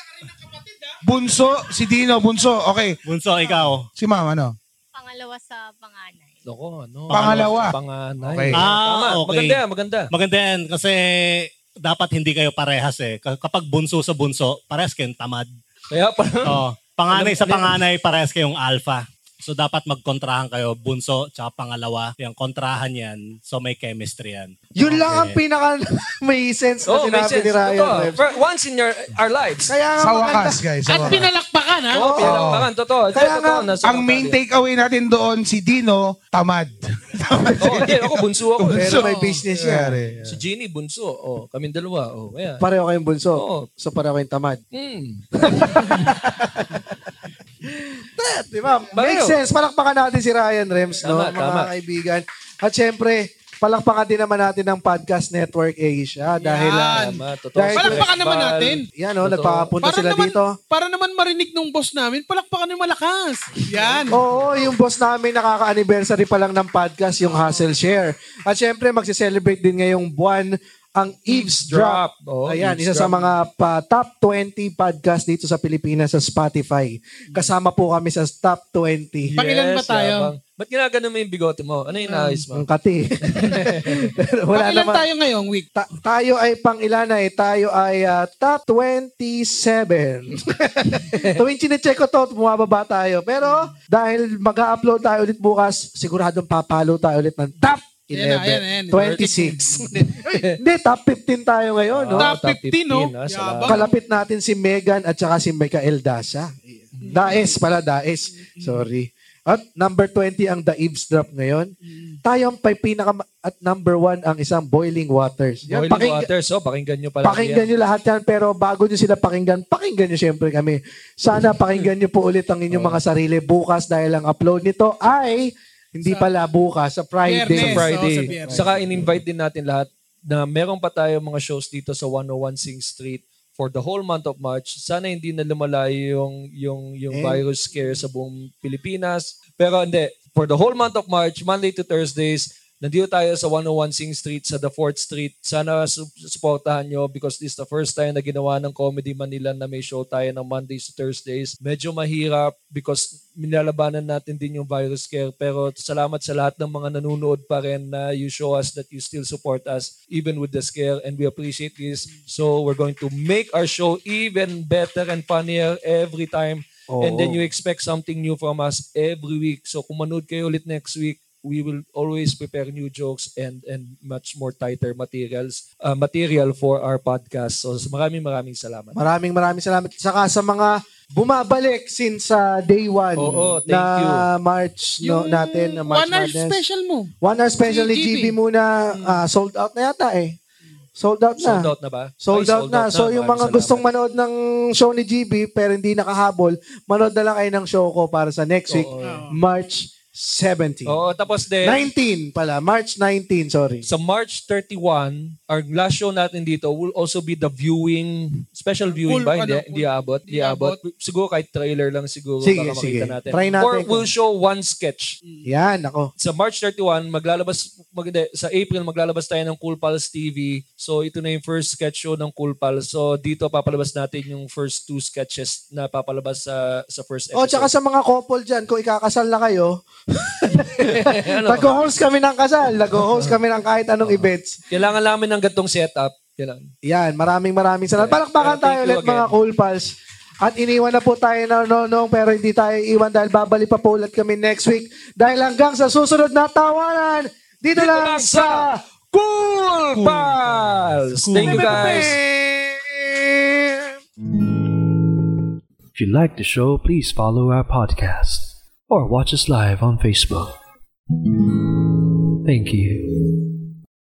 [SPEAKER 7] Bunso, si Dino, bunso. Okay.
[SPEAKER 2] Bunso ikaw.
[SPEAKER 7] Si ma'am, ano?
[SPEAKER 8] Pangalawa sa panganay.
[SPEAKER 1] Loko, ano?
[SPEAKER 7] Pangalawa.
[SPEAKER 1] Panganay.
[SPEAKER 7] Okay.
[SPEAKER 2] Ah,
[SPEAKER 1] Tama.
[SPEAKER 2] okay.
[SPEAKER 1] Maganda yan, maganda.
[SPEAKER 2] Maganda yan kasi dapat hindi kayo parehas eh. Ka- Kapag bunso sa bunso, parehas kayong tamad.
[SPEAKER 1] Kaya
[SPEAKER 3] Hmm.
[SPEAKER 1] pala.
[SPEAKER 2] Oh, panganay
[SPEAKER 1] Alam-
[SPEAKER 2] sa panganay, parehas kayong alpha. So dapat magkontrahan kayo, bunso tsaka pangalawa. Yung kontrahan yan, so may chemistry yan.
[SPEAKER 3] Yun lang ang
[SPEAKER 2] Okay.
[SPEAKER 3] pinaka [LAUGHS] may sense na
[SPEAKER 1] Oh, may
[SPEAKER 3] sinabi
[SPEAKER 1] sense.
[SPEAKER 3] ni Ryan
[SPEAKER 1] Totoo.
[SPEAKER 3] Rems.
[SPEAKER 1] For- Once in your, our lives. Oh,
[SPEAKER 3] Kaya nga
[SPEAKER 7] Sa
[SPEAKER 3] Ah, maganda.
[SPEAKER 7] wakas, guys. Sa
[SPEAKER 4] At
[SPEAKER 7] wakas.
[SPEAKER 4] pinalakpakan ah. ha.
[SPEAKER 1] Oo, pinakamakan. Totoo. Ito,
[SPEAKER 3] Kaya
[SPEAKER 1] totoo,
[SPEAKER 3] nga,
[SPEAKER 1] nasa
[SPEAKER 7] Ang main
[SPEAKER 1] Natalia.
[SPEAKER 7] takeaway natin doon, si Dino,
[SPEAKER 3] [LAUGHS]
[SPEAKER 7] tamad. tamad.
[SPEAKER 1] Oo, Oh, hindi. Ako, bunso ako. eh.
[SPEAKER 3] Pero
[SPEAKER 4] Oh.
[SPEAKER 3] may business yan.
[SPEAKER 7] Nangyari.
[SPEAKER 1] Si Jeannie, bunso. Oh, kaming dalawa. Oh, ayan.
[SPEAKER 3] Pareho kayong bunso.
[SPEAKER 1] Oo.
[SPEAKER 3] So pareho kayong tamad.
[SPEAKER 1] Hmm.
[SPEAKER 3] Di ba?
[SPEAKER 1] Pareho.
[SPEAKER 3] Makes sense. Palakpakan natin si Ryan Rems, no?
[SPEAKER 1] Tama,
[SPEAKER 3] mga
[SPEAKER 1] tama.
[SPEAKER 3] kaibigan. At syempre, Palakpakan din naman natin ng Podcast Network Asia dahil ah,
[SPEAKER 4] Yan.
[SPEAKER 1] Tama, totoo.
[SPEAKER 3] Dahil-
[SPEAKER 4] Palakpakan naman natin.
[SPEAKER 3] yan oh,
[SPEAKER 1] Totoo.
[SPEAKER 3] nagpapunta
[SPEAKER 4] Parang
[SPEAKER 3] sila
[SPEAKER 4] naman-
[SPEAKER 3] dito.
[SPEAKER 4] Para naman marinig nung boss namin, palakpakan yung malakas. Yan.
[SPEAKER 3] Oo, yung boss namin nakaka-anniversary pa lang ng podcast, yung Hustle Share. At syempre, magse-celebrate din ngayong buwan ang Eavesdrop.
[SPEAKER 1] Oo,
[SPEAKER 3] Ayan, isa sa
[SPEAKER 1] Eavesdrop.
[SPEAKER 3] mga pa, top 20 podcast dito sa Pilipinas sa Spotify. Kasama po kami sa top 20.
[SPEAKER 4] Pangilan ba tayo? Hmm.
[SPEAKER 1] yabang. Ba't ginagano mo yung bigote mo? Ano yung naayos mo?
[SPEAKER 3] Ang kati. [LAUGHS] Pero Wala
[SPEAKER 4] Pakilan
[SPEAKER 3] naman.
[SPEAKER 4] tayo ngayong week.
[SPEAKER 3] Ta- tayo ay pangilan ay tayo ay ah, top [LAUGHS] 27. Tuwing chinecheck ko to, bumababa tayo. Pero dahil mag-upload tayo ulit bukas, siguradong papalo tayo ulit ng top 11.
[SPEAKER 4] Ayan na, ayan,
[SPEAKER 3] [LAUGHS]
[SPEAKER 4] ayan.
[SPEAKER 3] 26. Hindi, top 15 tayo ngayon. no?
[SPEAKER 4] Top 15, no?
[SPEAKER 1] ah,
[SPEAKER 4] Yabang.
[SPEAKER 1] salamat.
[SPEAKER 3] Kalapit natin si Megan at saka si Michael Dasa. Daes pala, Daes. Sorry. At number 20 ang The Eavesdrop ngayon. Tayo ang pay- pinaka at number 1 ang isang Boiling Waters. Yan,
[SPEAKER 1] Boiling
[SPEAKER 3] pakinggan-
[SPEAKER 1] waters, oh, pakinggan nyo pala.
[SPEAKER 3] Pakinggan nyo lahat yan, pero bago nyo sila pakinggan, pakinggan nyo syempre kami. Sana pakinggan nyo po ulit ang inyong mga sarili bukas dahil ang upload nito ay, hindi pala bukas, sa Friday.
[SPEAKER 4] Biyernes.
[SPEAKER 1] Sa Friday.
[SPEAKER 4] Oo, sa Biyernes.
[SPEAKER 1] Saka in-invite din natin lahat na meron pa tayo mga shows dito sa 101 Sing Street for the whole month of March. Sana hindi na lumalayo yung, yung, yung
[SPEAKER 3] Eh.
[SPEAKER 1] virus scare sa buong Pilipinas. Pero hindi, for the whole month of March, Monday to Thursdays, nandito tayo sa 101 Sing Street, sa the 4th Street. Sana su- supportahan nyo because this is the first time na ginawa ng Comedy Manila na may show tayo ng Mondays to Thursdays. Medyo mahirap because minalabanan natin din yung virus scare. Pero salamat sa lahat ng mga nanonood pa rin na you show us that you still support us even with the scare and we appreciate this. So we're going to make our show even better and funnier every time. And then you expect something new from us every week. So kung manood kayo ulit next week, we will always prepare new jokes and and much more tighter materials uh, material for our podcast. So maraming maraming salamat.
[SPEAKER 3] Maraming maraming salamat. Saka sa mga bumabalik since sa day 1
[SPEAKER 1] Oo, thank
[SPEAKER 3] na
[SPEAKER 1] you.
[SPEAKER 3] March no, natin, na March
[SPEAKER 4] one hour
[SPEAKER 3] Madness.
[SPEAKER 4] special mo.
[SPEAKER 3] One hour special ni GB
[SPEAKER 4] GB.
[SPEAKER 3] muna, ah, sold out na yata eh. Sold out na.
[SPEAKER 1] Sold out na ba?
[SPEAKER 3] Sold,
[SPEAKER 1] Ay,
[SPEAKER 3] out, na. So
[SPEAKER 1] Maraming
[SPEAKER 3] yung mga
[SPEAKER 1] salamat.
[SPEAKER 3] gustong manood ng show ni GB pero hindi nakahabol, manood na lang kayo ng show ko para sa next week, March 17.
[SPEAKER 1] Oo, tapos din.
[SPEAKER 3] 19 pala. March 19, sorry.
[SPEAKER 1] Sa March 31, our last show natin dito will also be the viewing, special viewing
[SPEAKER 4] Full,
[SPEAKER 1] ba? Hindi,
[SPEAKER 4] ano,
[SPEAKER 1] hindi abot. Hindi abot. Siguro kahit trailer lang siguro
[SPEAKER 3] Sige,
[SPEAKER 1] baka
[SPEAKER 3] sige.
[SPEAKER 1] makita natin.
[SPEAKER 3] Try natin
[SPEAKER 1] Or
[SPEAKER 3] kung-
[SPEAKER 1] we'll show one sketch.
[SPEAKER 3] Yan, ako.
[SPEAKER 1] sa March 31, maglalabas, mag, hindi, sa April, maglalabas tayo ng Cool Pals TV. So, ito na yung first sketch show ng Cool Pals. So, dito papalabas natin yung first two sketches na papalabas sa, sa first episode.
[SPEAKER 3] O, Oh, tsaka sa mga couple dyan, kung ikakasal na kayo,
[SPEAKER 1] [LAUGHS] ano,
[SPEAKER 3] nag-host kami ng kasal, nag-host kami ng kahit anong events.
[SPEAKER 1] kailangan namin ng gantong setup. Kailangan.
[SPEAKER 3] Yan, maraming maraming salamat.
[SPEAKER 1] Thank
[SPEAKER 3] Palakpakan tayo
[SPEAKER 1] you
[SPEAKER 3] ulit
[SPEAKER 1] again.
[SPEAKER 3] mga cool pals. At iniwan na po tayo na nonong pero hindi tayo iwan dahil babalik pa po ulit kami next week. Dahil hanggang sa susunod na tawanan, dito, lang sa Cool Pals!
[SPEAKER 1] Thank you guys.
[SPEAKER 10] If you like the show, please follow our podcast or watch us live on Facebook. Thank you.